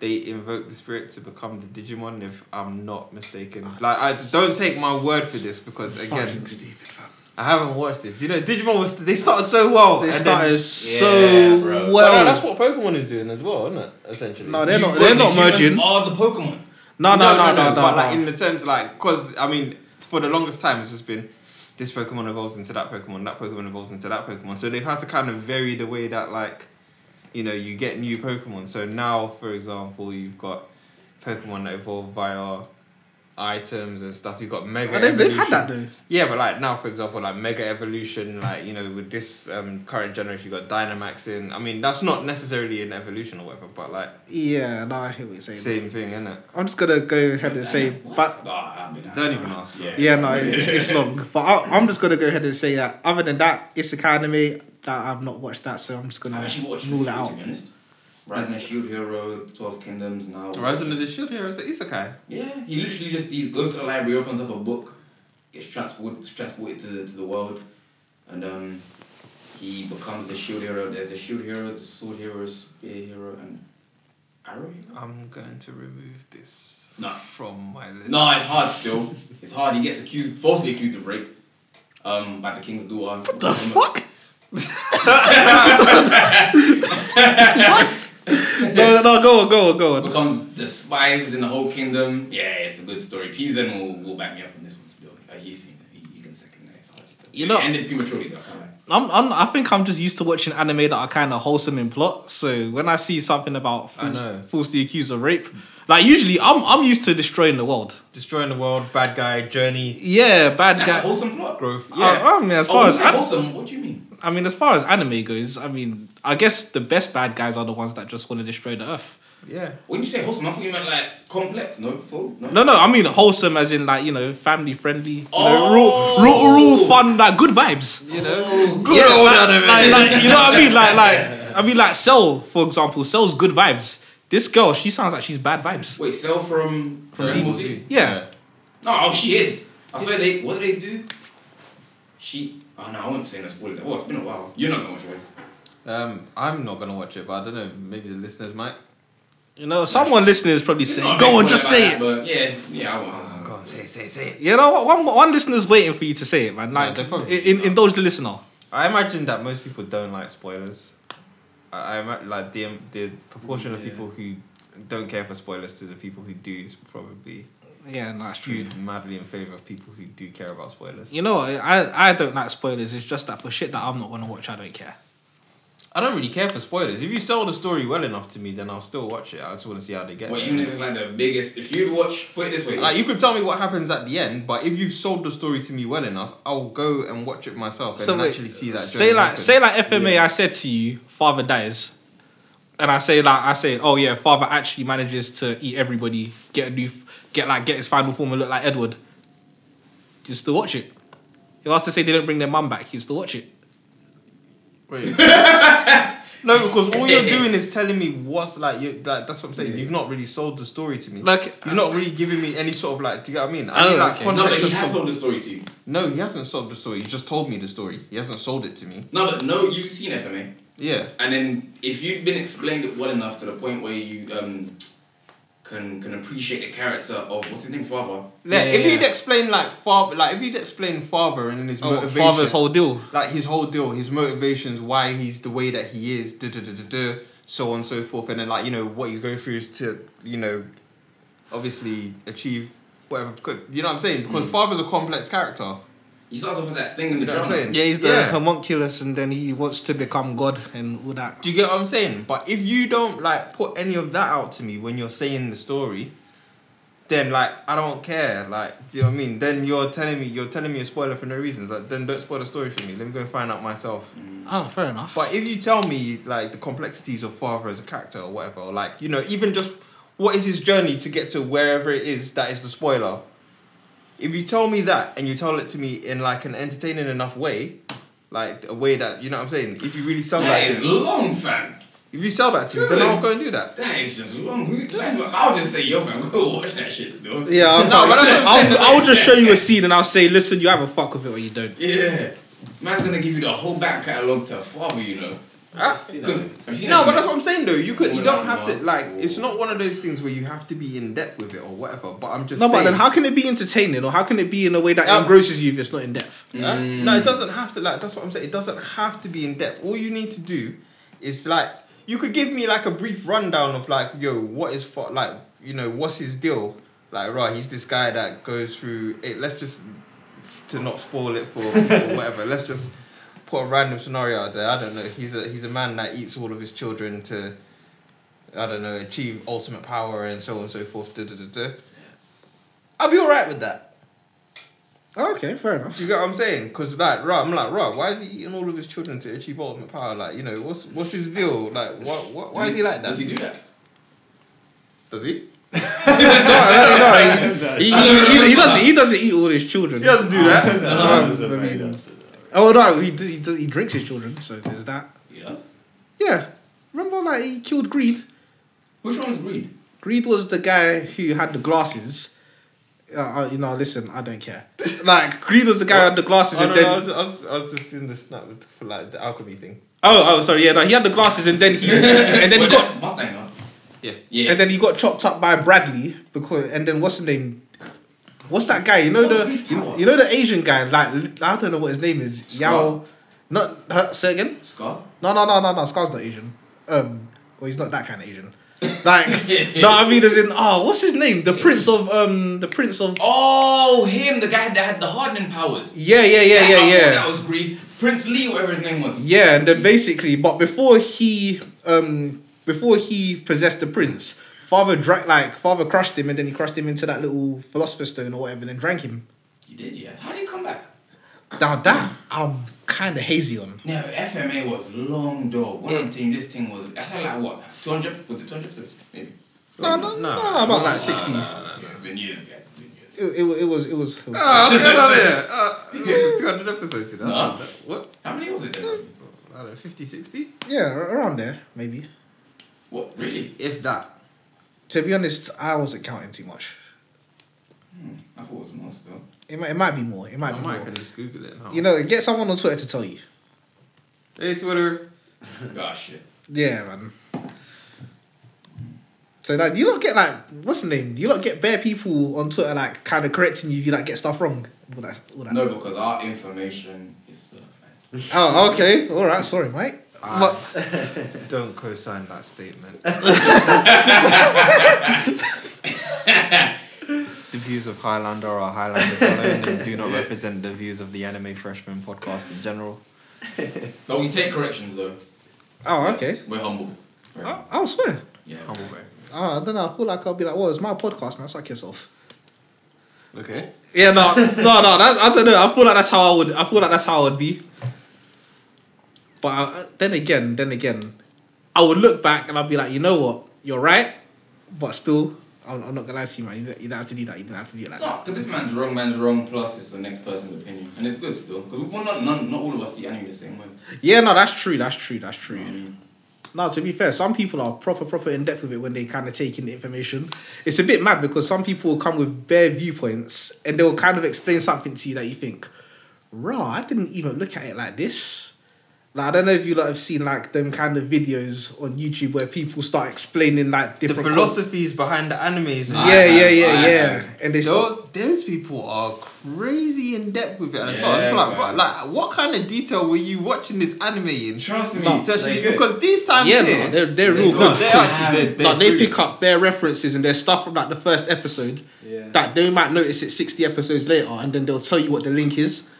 B: they invoke the spirit to become the Digimon, if I'm not mistaken. Like, I don't take my word for this because again,
I: Fucking stupid, fam.
B: I haven't watched this. You know, Digimon was they started so well.
I: They
B: Oh, and then-
I: started
A: Yeah,
I: so
A: bro.
B: Well, no,
I: well.
B: that's what Pokemon is doing as well, isn't it? Essentially.
I: No, they're
A: You-
I: not.
A: bro,
I: They're
A: the
I: not
A: humans
I: merging.
A: Are the Pokemon?
I: No, no, no, no, no.
B: But
I: no.
B: like in the terms, like, cause I mean, for the longest time, it's just been this Pokemon evolves into that Pokemon, that Pokemon evolves into that Pokemon. So they've had to kind of vary the way that, like, you know, you get new Pokemon. So now, for example, you've got Pokemon that evolve via items and stuff. You've got Mega.
I: But Oh, they've, they've had
B: Evolution.
I: that though.
B: Yeah, but like now, for example, like Mega Evolution, like you know, with this um, current generation, you got Dynamax in. I mean, that's not necessarily an evolution or whatever, but like
I: Yeah, no, I hear what you're saying.
B: same thing, isn't it?
I: I'm just gonna go ahead and say,
A: What?
I: but
A: Ah, I mean, I-
B: Don't even ask.
A: Yeah.
I: yeah, no, it's, it's long. But I, I'm just gonna go ahead and say that. Other than that, it's a anime that I've not watched that, so I'm just
A: I've
I: gonna
A: actually watched
I: rule
A: it
I: it out.
A: to be honest. Rising of Shield Hero, Twelve Kingdoms now.
B: Horizon of the Shield Hero is an isekai.
A: Yeah, he literally just he goes to the library, opens up a book, gets transported transported to the, to the world, and um, he becomes the shield hero. There's a shield hero, the sword hero, spear hero, and arrow. Hero?
B: I'm going to remove this
A: No.
B: from my list.
A: No, it's hard still. It's hard. He gets accused, falsely accused of rape, um, by the king's daughter. What
I: The fuck? what?
J: no, no, go on, go on, go on.
A: Becomes despised in the whole kingdom. Yeah, it's a good story. Pizen will, will back me up on this one still. Like, he's seen it. He, he can second that. It's hard still.
C: You know-
A: it ended prematurely though. I can't lie.
C: I'm, I'm, I think I'm just used to watching anime that are kind of wholesome in plot. So when I see something about
B: I
C: false,
B: know.
C: falsely accused of rape, like usually I'm, I'm used to destroying the world.
B: Destroying the world, bad guy, journey,
C: Yeah, bad
A: That's a
C: guy.
A: wholesome plot.
B: growth.
C: Yeah. I, I mean, as far
A: oh,
C: as
A: wholesome,
C: an-
A: wholesome. What do you mean?
C: I mean, as far as anime goes, I mean, I guess the best bad guys are the ones that just want to destroy the earth.
B: Yeah.
A: When you say wholesome, I thought you meant like complex. No, full. No.
C: No, no, I mean wholesome, as in like you know, family friendly, you
A: Oh.
C: know, rule, rule, rule, fun, like good vibes.
A: You know.
C: Good old anime. Like, like, you know what I mean? Like, like I mean, like Cell, for example, Cell's good vibes. This girl, she sounds like she's bad vibes.
A: Wait, sell from from Dragon Ball Z?
C: Yeah,
A: No, oh, she is. I swear they. What do they do? She. Oh no, I won't say no spoilers. Oh, it's been a while. You're not gonna watch it. right?
B: Um, I'm not gonna watch it, but I don't know. Maybe the listeners might.
C: you know, someone listening is probably saying,
A: Not
C: "Go
A: a
C: on,
A: big
C: just
A: spoiler
C: say
A: about
C: it." Oh,
A: that, But yeah, yeah, I won't.
B: go on, say it, say it, say it.
C: You know, one one listener's waiting for you to say it, man.
B: Yeah,
C: Like,
B: they probably-
C: in, indulge the listener.
B: I imagine that most people don't like spoilers. I, I ima- like the um, the proportion of
D: Yeah.
B: people who don't care for spoilers to the people who do is probably
C: Yeah, no, that's true.
B: skewed madly in favor of people who do care about spoilers.
C: You know, I I don't like spoilers. It's just that for shit that I'm not gonna watch, I don't care.
B: I don't really care for spoilers. If you sell the story well enough to me, then I'll still watch it. I just want to see how they get.
A: Well,
B: there.
A: even if it's like the biggest, if you'd watch, put it this way.
B: Like you could tell me what happens at the end, but if you've sold the story to me well enough, I'll go and watch it myself and
C: wait,
B: actually see that.
C: Say
B: journey
C: like
B: happen.
C: say like FMA. I said to you, father dies, and I say like I say, oh yeah, father actually manages to eat everybody, get a new, f- get like get his final form and look like Edward. You still watch it. If I was to say they don't bring their mum back, you still watch it.
B: Wait. no, because all you're doing is telling me what's like. You like that's what I'm saying. You've not really sold the story to me.
C: Like,
B: you've not really given me any sort of like. Do you get what I mean? I need
C: Oh,
B: like
C: okay.
A: no, but
B: context.
A: he
B: as to-
A: has told the story to you.
B: no, he hasn't sold the story. He just told me the story. He hasn't sold it to me.
A: No, but no, you've seen FMA.
B: Yeah.
A: And then if you'd been explained it well enough to the point where you um can can appreciate the character of what's his name, father.
B: Like,
C: Yeah,
B: if
C: yeah.
B: he'd explain like father, like if he'd explain father and his
C: Oh,
B: motivation,
C: father's whole deal.
B: like his whole deal, his motivations, why he's the way that he is, duh, duh, duh, duh, duh, so on and so forth, and then like you know what he's going through is to you know, obviously achieve whatever. Because, you know what I'm saying?
C: Mm.
B: Because father's a complex character.
A: He starts off as that thing in the
B: You know what I'm
A: drama.
B: saying?
C: Yeah, he's the
B: Yeah.
C: homunculus, and then he wants to become God and all that.
B: Do you get what I'm saying? But if you don't like put any of that out to me when you're saying the story, then like I don't care. Like, do you know what I mean? Then you're telling me you're telling me a spoiler for no reasons. Like, then don't spoil the story for me. Let me go and find out myself.
C: Oh, fair enough.
B: But if you tell me like the complexities of father as a character or whatever, or, like you know, even just what is his journey to get to wherever it is that is the spoiler. If you tell me that and you tell it to me in like an entertaining enough way, like a way that you know what I'm saying, if you really sell that
A: That
B: to
A: is
B: me-
A: long, fam.
B: If you sell that to me, then
A: Really?
B: I'll go and do that.
A: That is just long. Who talks about? I'll just say, yo, fam, go watch that shit still.
C: Yeah, I'm
K: No, but that's what I'm saying. I'll, I'll just show you a scene and I'll say, listen, you have a fuck with it or you don't.
A: Yeah. Man's gonna give you the whole back catalogue to father, you know.
B: Ah.
A: Because if you
B: No, but that's what I'm saying though. You could, you
A: Or
B: don't
A: like
B: have to
A: what?
B: like. It's not one of those things where you have to be in depth with it or whatever. But I'm just
K: No,
B: saying,
K: but then how can it be entertaining or how can it be in a way that
B: Yeah.
K: engrosses you if it's not in depth?
B: Huh?
A: Mm.
B: No, it doesn't have to. Like that's what I'm saying. It doesn't have to be in depth. All you need to do is like you could give me like a brief rundown of like yo, what is for like you know what's his deal? Like right, he's this guy that goes through it. Let's just to not spoil it for people, whatever. Let's just put a random scenario out there. I don't know. He's a he's a man that eats all of his children to. I don't know, achieve ultimate power and so on and so forth. Da, da, da, da. I'll be alright with that.
C: Oh, Okay, fair enough.
B: Do you get what I'm saying? Because like, right, I'm like, right, why is he eating all of his children to achieve ultimate power? Like, you know, what's what's his deal? Like, what, what why is he like that?
A: Does he do that?
B: Does he?
K: He, he, he, he doesn't. He doesn't eat all his children. Um,
B: He doesn't do that.
C: Um, Oh no, he d- he, d- he drinks his children, so there's that.
A: Yeah.
C: Yeah, remember like he killed Greed.
A: Which one's greed?
C: Greed was the guy who had the glasses. Uh, uh, you know, listen, I don't care. Like Greed was the
K: guy
C: guy.
K: had the glasses
B: Oh,
K: and
B: no,
K: then
B: no, I, was, I, was, I was just doing the snap with- for like the alchemy thing.
K: oh oh sorry yeah no he had the glasses and then he and then he
A: Well,
K: got
A: that's Mustang, huh?
B: Yeah.
A: Yeah.
C: And then he got chopped up by Bradley because. And then what's the name? What's that guy? You know
A: Oh,
C: the
A: Greed's
C: you,
A: power.
C: you know the Asian guy. Like I don't know what his name is. Yao.
A: Scar.
C: Not uh, say again.
A: Scar?
C: No, no, no, no, no. Scar's not Asian. Um, well, he's not that kind of Asian. Like,
K: no I mean as in oh what's his name the prince of um the prince of
A: Oh, him, the guy that had the hardening powers.
K: yeah yeah yeah
A: I
K: yeah
A: thought
K: yeah
A: That was greed. Prince Lee, whatever his name was.
C: yeah, and then basically, but before he, um, before he possessed the prince, father drank like father crushed him, and then he crushed him into that little philosopher's stone or whatever, and then drank him.
A: You did, yeah. How did he come back?
C: Now that I'm kind of hazy on.
A: No, FMA was long dog. One thing, this thing was. That's like what? 200? Was it 200 episodes? Maybe.
C: No, no, no, no, no about like sixty.
A: No, no, no. It's been years, guys. It's been years.
C: It, it, wa- it was, it was. It was
B: Ah, what's going on here? Ah, listen, 200 episodes, you know?
A: No.
B: What?
A: How many was it then?
B: I don't know, 50, 60?
C: yeah, ar- around there maybe.
A: What? Really?
B: If that.
C: To be honest, I wasn't counting too much.
A: Hmm. I thought it was more still.
C: It might, it might be more. It might
B: I
C: be
B: might
C: more.
B: can just Google it now.
C: You know, get someone on Twitter to tell you.
B: Hey, Twitter.
A: Gosh, Ah, shit.
C: Yeah, man. So like, do you not get like what's the name? Do you not get bare people on Twitter like kind of correcting you if you like get stuff wrong? All that, all that.
A: No, because our information is uh, fancy.
C: Oh, okay. All right. Sorry, mate.
B: I don't co sign that statement. the views of Highlander are Highlanders alone and do not represent the views of the Anime Freshman podcast in general.
A: No, we take corrections though.
C: Oh, okay.
A: We're humble. We're
C: I, I'll swear.
A: Yeah.
B: Humble brag.
C: Oh, I don't know. I feel like I'll be like, well, it's my podcast, man. Suck yourself.
B: Okay.
K: yeah no no no that's, I don't know I feel like that's how I would I feel like that's how I would be
C: But uh, then again, then again,
K: I would look back and I'd be like you know what you're right
C: but still, I'm, I'm not gonna lie to you, man. You didn't, you didn't have to do that. You didn't have to do it like that.
A: No, because this man's wrong, man's wrong, plus it's the next person's opinion. And it's good still. Because not, none, not all of us see anime the same way.
C: Yeah, no, that's true. That's true. That's true.
A: You know what I mean?
C: Now, to be fair, some people are proper, proper in depth with it when they kind of take in the information. It's a bit mad because some people will come with bare viewpoints and they'll kind of explain something to you that you think, raw, I didn't even look at it like this. Like, I don't know if you lot have seen like them kind of videos on YouTube where people start explaining like
B: The
C: different
B: philosophies behind the animes.
C: con- yeah, yeah, yeah,
A: I
C: yeah. And they start,
B: Those, those people are crazy in depth with it as well. It's
A: Yeah,
B: like,
A: man.
B: bruh, like, what kind of detail were you watching this anime in?
A: Trust me.
B: to actually,
D: they're good.
B: because these times
K: yeah
B: here,
K: no they're they're
B: they
K: real
B: go-
K: good
B: They actually, they, they,
K: like they
B: do.
K: pick up their references and their stuff from like the first episode
D: Yeah.
K: that they might notice it 60 episodes later and then they'll tell you what the link is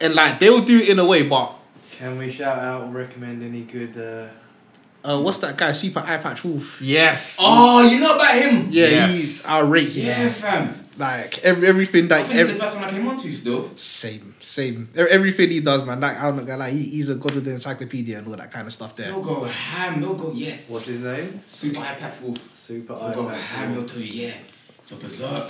K: and like they'll do it in a way but
D: Can we shout out or recommend any good? Uh,
K: uh, what's that guy super eye patch wolf
B: Yes.
A: Oh, you know about him?
C: yeah,
B: Yes.
C: he's, I rate him.
A: Yeah, fam.
C: Like, every, everything
A: I
C: that.
A: think he's
C: Every,
A: the first one I came onto still.
C: same, same. E- Everything he does, man. Like, I'm not gonna lie, he, he's a god of the encyclopedia and all that kind of stuff there.
A: They'll go ham, they'll go yes.
D: what's his name?
A: Super High Patch Wolf.
D: Super
A: They'll go ham,
D: Eye.
A: they'll tell you yeah. For Berserk,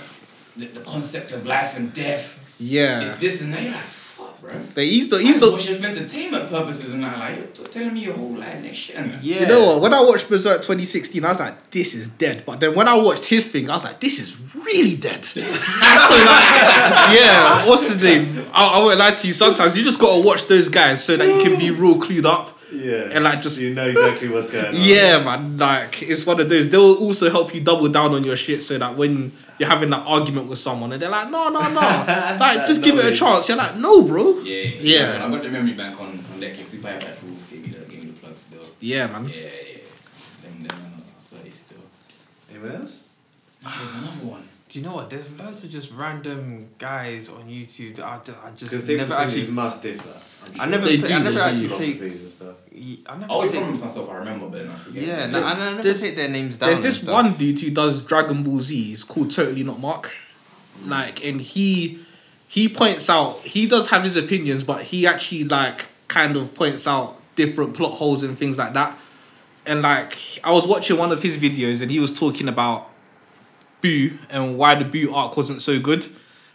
A: the, the concept of life and death,
C: Yeah.
A: it's this and that. You're like, fuck, bro. bro.
L: But he's the he's
A: I
L: the
A: watch it for entertainment purposes and that. Like you're t- telling me your whole life next shit. and that.
B: Yeah.
C: You know what? When I watched Berserk 2016, I was like, this is dead. But then when I watched his thing, I was like, this is really dead.
L: So like, yeah, what's his name? I, I won't lie to you. Sometimes you just gotta watch those guys so that you can be real clued up.
D: Yeah.
L: And like just
D: you know exactly what's going on.
L: yeah, man. Like it's one of those. They will also help you double down on your shit so that when you're having that argument with someone and they're like, no, no, no, like just give it a
D: knowledge.
L: chance. You're like, no, bro.
A: Yeah, yeah.
L: Yeah.
A: man, I got the memory bank on on that KFC buy back roof. Give me the give me the plugs still.
L: Yeah,
A: Yeah,
L: man.
A: yeah. Them them man, I saw it still.
D: Anyone else?
A: Ah, There's another one.
B: Do you know what? There's loads of just random guys on YouTube that I just, I
D: Because
B: just
D: things
B: never
D: between you
B: actually.
D: must differ. I'm sure.
B: I never.
L: They
B: play-
L: do,
B: I
L: they
B: never
L: do.
B: actually take.
D: philosophies and stuff.
B: I never
A: I always
B: take.
A: promise myself I remember, but then I forget.
B: Yeah, no, I, I never
C: There's-
B: take their names down.
C: There's
B: and
C: this
B: stuff.
C: one dude who does Dragon Ball Z. He's called Totally Not Mark.
L: Like, and he he points out he does have his opinions, but he actually like kind of points out different plot holes and things like that. And like, I was watching one of his videos, and he was talking about Boo and why the Boo arc wasn't so good.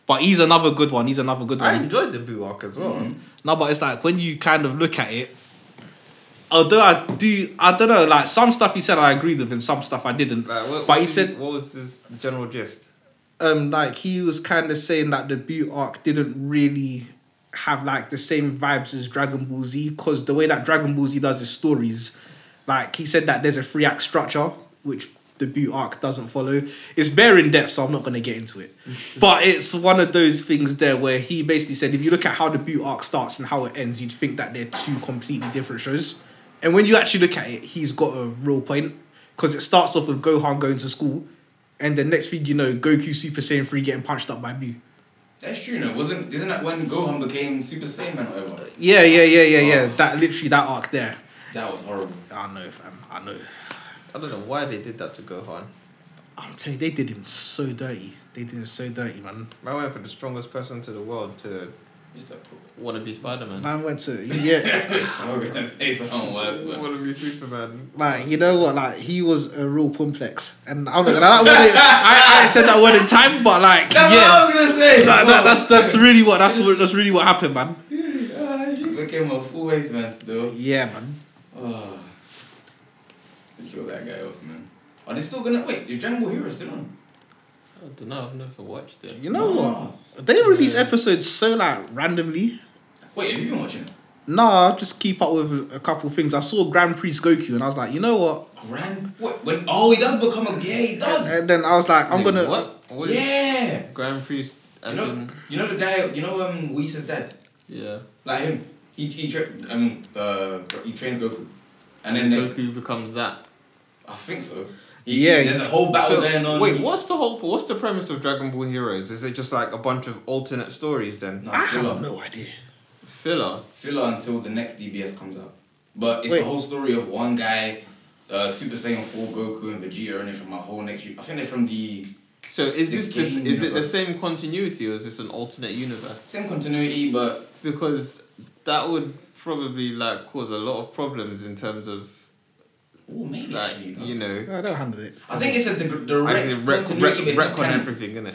L: But he's another good one. He's another good
B: I
L: one.
B: enjoyed the Boo Walk as well.
M: Mm.
L: No, but it's like when you kind of look at it, although I do, I don't know, like some stuff he said I agreed with and some stuff I didn't.
B: Like, what,
L: but he
B: what
L: said,
B: what was his general gist?
C: um like he was kind of saying that the boot arc didn't really have like the same vibes as Dragon Ball Z because the way that Dragon Ball Z does his stories, like he said that there's a three act structure which the boot arc doesn't follow. It's bare in depth, so I'm not gonna get into it. but it's one of those things there where he basically said if you look at how the boot arc starts and how it ends, you'd think that they're two completely different shows. And when you actually look at it, he's got a real point because it starts off with Gohan going to school, and the next thing you know, Goku Super Saiyan 3 getting punched up by Buu.
A: That's true, no? Wasn't isn't that when Gohan became Super Saiyan man or whatever?
C: Yeah, yeah, yeah, yeah, yeah. Oh. That literally, that arc there.
A: That was horrible.
C: I know, fam. I know.
B: I don't know why they did that to Gohan.
C: I'm telling you, they did him so dirty. They did him so dirty, man.
B: I went for the strongest person to the world to
A: Just a poop.
M: Want to be Spider Man?
C: Man went to, yeah.
A: I was gonna say something worse, but
B: want to be Superman.
C: like, you know what? Like, he was a real complex. And I'm not gonna, that word, I, I said that word in time, but like,
A: that's
L: yeah,
A: what I was gonna say.
L: that, that, that's that's really what that's what that's really what happened, man.
A: Ah, you became a full waste man still.
C: yeah, man.
A: Oh. Just kill that guy off, man. Are they still gonna wait? Is Dragon Ball Hero still on?
M: I don't know. I've never watched it.
C: You know what? They release episodes so, like, randomly.
A: Wait, have you been watching it?
C: Nah, just keep up with a couple things. I saw Grand Prix Goku, and I was like, you know what?
A: Grand what when oh he does become a gay, he does.
C: And then I was like, I'm
M: Wait,
C: gonna.
M: What? what is-
A: Yeah.
M: Grand Prix, as
A: You know,
M: in.
A: you know the guy you know um Whis' dad?
M: Yeah.
A: Like him. He he tra- um uh he trained Goku. And then they,
M: Goku becomes that.
A: I think so. He,
C: Yeah,
A: There's a whole battle
B: So,
A: going on.
B: wait, what's the whole? What's the premise of Dragon Ball Heroes? Is it just like a bunch of alternate stories then?
A: No,
C: I have
A: filler.
C: no idea.
M: Filler.
A: Filler until the next DBS comes out. But it's
C: Wait.
A: the whole story of one guy, uh, Super Saiyan 4 Goku and Vegeta and they're from a whole next I think they're from the
M: So is
A: The
M: this this
A: game
M: is it the
A: universe.
M: same continuity or is this an alternate universe?
A: same continuity but
M: Because that would probably like cause a lot of problems in terms of
A: Ooh, maybe
M: like
A: actually, no.
M: you know
C: I don't handle it.
A: I think it's a dig- direct
B: Actually, rec-
A: continuity, but
B: rec-
A: it's
B: rec
A: not
B: on
A: canon.
B: everything, innit?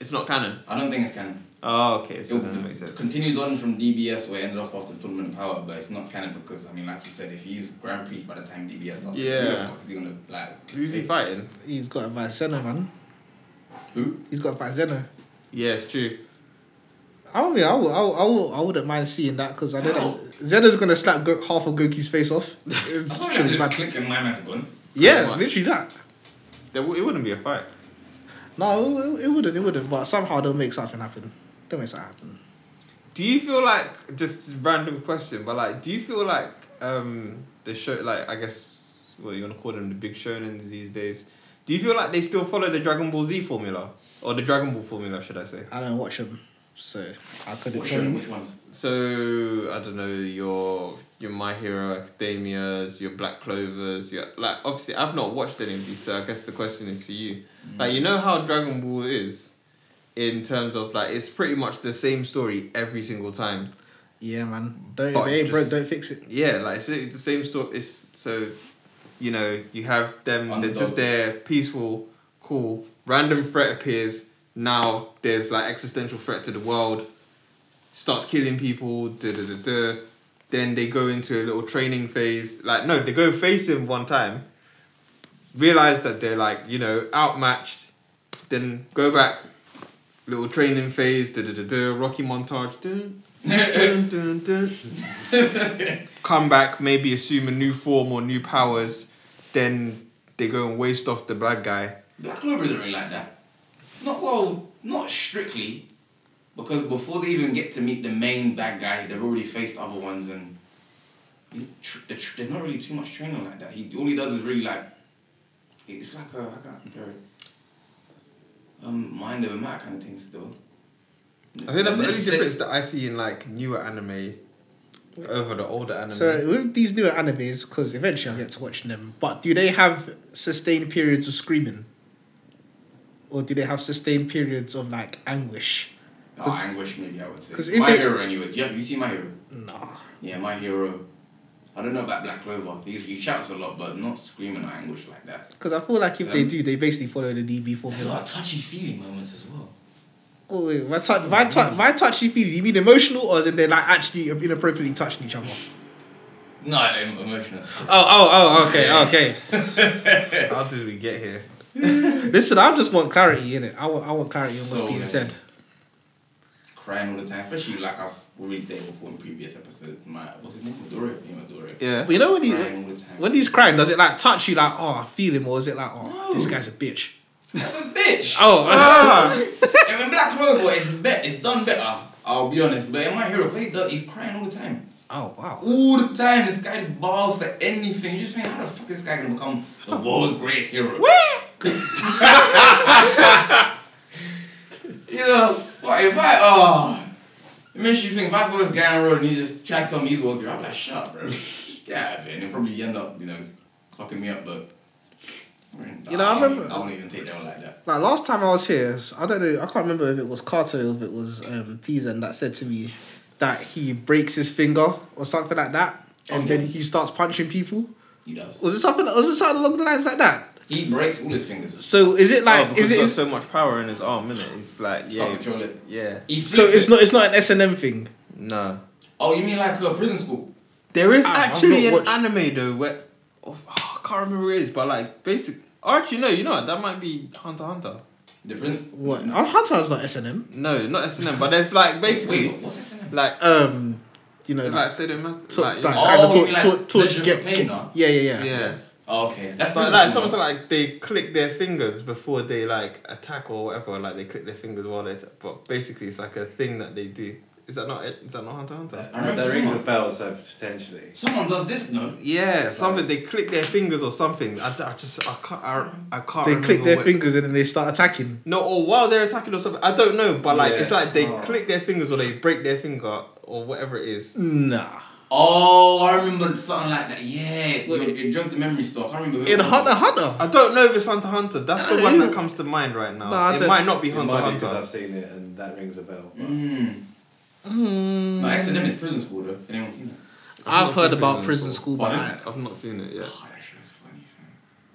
M: it's not canon.
A: I don't think it's canon.
M: Oh, okay. So
A: It
M: that makes sense.
A: continues on from DBS where it ended off after Tournament of Power, but it's not canon because I mean, like you said, if he's Grand Prix by the time DBS starts, who the
B: Yeah.
A: fuck is he gonna like?
B: Who's he
A: face?
B: fighting?
C: He's got a Vicenna, man.
A: Who?
C: He's got Vicenna.
M: Yeah, it's true.
C: I mean, I, would, I, would, I, would, I wouldn't mind seeing that because I know that Zena's gonna slap Go- half of Goku's face off.
A: I
C: It's
A: thought
C: just
A: it
C: gonna
A: was
C: be
A: just
C: bad.
A: click and my man's gone.
C: Yeah, literally that.
B: There, w- it wouldn't be a fight.
C: No, it, it wouldn't, it wouldn't. But somehow they'll make something happen. They'll make something happen.
B: Do you feel like just random question, but like, do you feel like um the show, like I guess what you wanna call them, the big shonens these days? Do you feel like they still follow the Dragon Ball Z formula or the Dragon Ball formula, should I say?
C: I don't watch him, so I couldn't
A: Which,
C: tell
A: one,
C: you.
A: which ones?
B: So I don't know your your My Hero Academias, your Black Clovers, your like obviously I've not watched any of these, so I guess the question is for you. Like you know how Dragon Ball is, in terms of like it's pretty much the same story every single time.
C: Yeah, man. Don't if
B: But
C: it ain't broke,
B: just-
C: don't fix it.
B: Yeah, like it's the same story. It's so, you know, you have them. They're
A: Underdog.
B: just there, peaceful, cool. Random threat appears. Now there's like existential threat to the world. starts killing people. Da da da da. Then they go into a little training phase. Like no, they go face him one time. Realize that they're like you know outmatched. Then go back. Little training phase. Da da da da. Rocky montage. Dun, dun, dun, dun. Come back. Maybe assume a new form or new powers. Then they go and waste off the bad guy.
A: Black Clover isn't really like that. Not well, not strictly, because before they even get to meet the main bad guy, they've already faced other ones, and you tr- the tr- there's not really too much training like that. He all he does is really like it's like a I can't compare it. Um, mind of a map kind of thing still.
B: I think that's the only
A: Necessar-
B: difference that I see in like newer anime over the older anime.
C: So with these newer animes, because eventually I'll get to watching them, but do they have sustained periods of screaming? Or do they have sustained periods of like anguish?
A: Oh,
C: 'Cause-
A: anguish maybe I would
C: 'cause
A: say.
C: if
A: My
C: they-
A: hero anyway. Yeah, you see my hero.
C: Nah.
A: Yeah, my hero. I don't know about Black Clover. He, he shouts a lot, but not screaming or anguish like that.
C: Because I feel like if they
A: Um,
C: do, they basically follow the DB
A: There's a lot
C: formula.
A: of touchy feely moments as well.
C: Oh, wait, my, tou- my, tou- my touchy feely, you mean emotional or is it they like actually inappropriately touching each other?
A: No, I'm emotional.
B: Oh, oh, oh, okay, okay. How did we get here?
C: Listen, I just want clarity in it. I want, I want clarity on what's
A: So
C: being
A: many.
C: said.
A: Crying all the time, especially like I was already stated before in previous episodes. My what's his name? Midori. Yeah, Midori.
B: Yeah.
C: You know when he
A: Crying all the time.
C: when he's crying, does it like touch you like oh I feel him or is it like oh
A: No.
C: this guy's a bitch?
A: bitch.
C: Oh,
A: and when Black Clover is bet, it's done better. I'll be honest, but in my hero, he does, he's crying all the time.
C: oh wow.
A: All the time, this guy just balls for anything. You just think, how the fuck is this guy gonna become the world's greatest hero? you know, what if I, oh, it makes you think if I saw this guy on the road and he just tried to tell me he's the world's greatest, I'd be like, shut up, bro. Yeah, out of here. And he'll probably end up, you know, clocking me up, but.
C: You know, I
A: wouldn't-
C: remember-
A: I wouldn't even take that one like that.
C: Like last time I was here, s- I don't know, I can't remember if it was Carter or if it was um, Pizen that said to me that he breaks his finger or something like that, and
A: Oh,
C: then
A: yeah.
C: he starts punching people.
A: He does.
C: Was it something? Was it something along the lines like that?
A: He breaks all his fingers.
C: So is it like?
B: oh,
C: is
B: is
C: it?
B: got
C: Is,
B: so much power in his arm, is It's like
A: Yeah.
B: yeah,
A: Can't control it.
B: yeah,
A: He
C: so
A: flips
C: it's
A: it.
C: not. It's not an S and M thing.
B: no.
A: Oh, you mean like a prison school?
B: There is
C: Ah, I've
B: actually
C: not
B: an
C: watched-
B: anime though where oh, oh, I can't remember what it is, but like basic. Oh, actually, no, you know what? that might be Hunter x Hunter.
A: The prison.
C: What? Oh, Hunter's not S and M.
B: No, not S and M, but there's like basically
A: Wait, what's that name?
B: like
C: Um, you know,
B: it's
C: like,
B: like say them as-
C: sort
B: like,
C: like,
B: yeah.
A: Oh,
C: kind of talk,
A: like
C: talk, talk,
A: pleasure for
C: get,
A: pain,
C: get,
A: no?
C: yeah, yeah, yeah.
B: yeah.
A: Oh, okay. That's
B: But
A: prison
B: like
A: school,
B: sometimes
A: though.
B: like they click their fingers before they like attack or whatever. Like they click their fingers while they. Attack. But basically, it's like a thing that they do. Is that not it? Is that not Hunter x Hunter?
A: I remember
D: that rings a
A: someone,
D: bell, so potentially.
A: someone does this, no?
B: Yeah, something they click their fingers or something. I, I just I can't I, I can't.
C: They
B: remember
C: click their
B: what-
C: fingers and then they start attacking.
B: No, or while they're attacking or something. I don't know, but like it's
D: Yeah.
B: like they
D: Oh.
B: click their fingers or they break their finger or whatever it is.
C: Nah.
A: Oh, I remember something like that. Yeah,
C: Wait.
A: you, you drunk the memory store. I can't remember. who
C: In
A: it was.
C: Hunter, Hunter.
B: I don't know if it's Hunter x Hunter. That's the one
C: I don't
B: that
C: know.
B: comes to mind right now.
C: No, I
B: it
C: don't-
B: might not be
D: It
B: Hunter
D: might
B: x
D: be because
B: Hunter.
D: I've seen it and that rings a bell. but-
A: Mm. No, S&M is prison school though. Anyone seen that?
B: I've
C: I've
B: not
C: heard
B: seen
C: about
B: Prison
C: prison school,
A: School.
C: but
A: Oh,
C: I-
B: I've not seen it yet.
A: Oh, that show's funny. fam.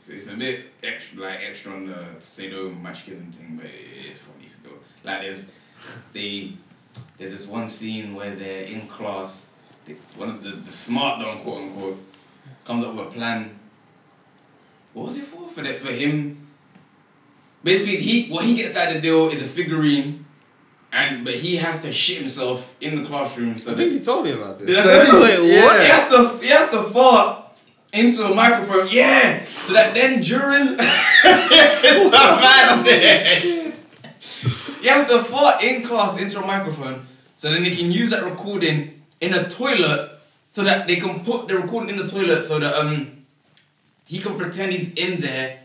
A: So it's a bit extra, like extra on the Sado Machkin thing, but it is funny still. Like there's they there's this one scene where they're in class. They, one of the the smart don quote unquote comes up with a plan. What was it for? For that for him. Basically, he what he gets out of the deal is a figurine, and but he has to shit himself in the classroom so
B: I
A: that
B: think you told me about this.
A: yeah, that's
C: Wait,
A: it.
C: what?
A: Yeah. You have to, you have to fall into the microphone. Yeah. So that then during It's not bad there. you have to fall in class into a microphone, so then they can use that recording in a toilet, so that they can put the recording in the toilet, so that um he can pretend he's in there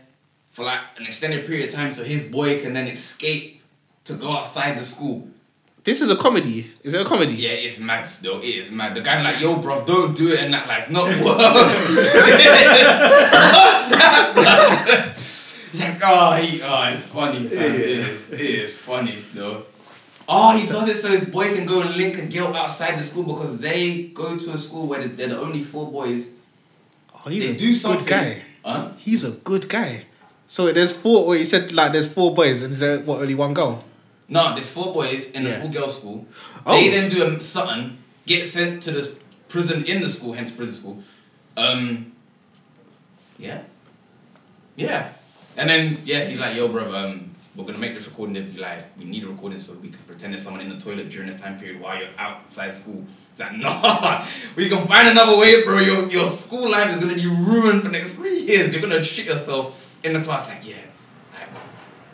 A: for like an extended period of time, so his boy can then escape to go outside the school.
C: this is a comedy. Is it a comedy?
A: Yeah, it's mad still. It is mad. The guy like, yo, bro, don't do it, and that like, no, what? like, oh, he, oh, it's funny. fam. It is, it is funny still. Oh, he does it so his boy can go and link a girl outside the school because they go to a school where they're the only four boys.
C: Oh, he's
A: they
C: a
A: do something.
C: good guy.
A: Huh?
C: He's a good guy. So there's four. Well, you said like there's four boys, and is there what only one girl?
A: No, there's four boys in
N: Yeah.
A: an all girls school.
N: Oh.
A: They then do a, something, get sent to the prison in the school, hence prison school. Um, yeah. Yeah. And then, yeah, he's like, yo, brother, um, we're going to make this recording. They'll be like, we need a recording so we can pretend there's someone in the toilet during this time period while you're outside school. It's like, no, we can find another way, bro. Your, your school life is going to be ruined for the next three years. You're going to shit yourself in the class. Like, yeah, like,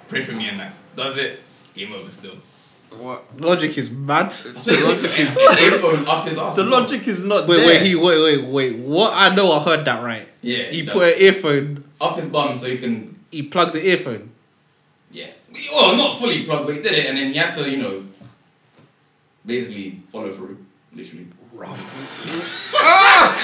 A: pray for me and like, does it? Game over still.
B: What?
N: Logic is mad.
A: The logic is up his ass.
B: The logic is not
N: Wait,
B: there.
N: wait, he, wait, wait, wait. What? I know I heard that right.
A: Yeah,
N: He
A: no.
N: put an earphone.
A: up his bum so he can
N: He plugged the earphone.
A: yeah. Well, not fully plugged, but he did it, and then he had to you know basically follow through, literally. Wrong.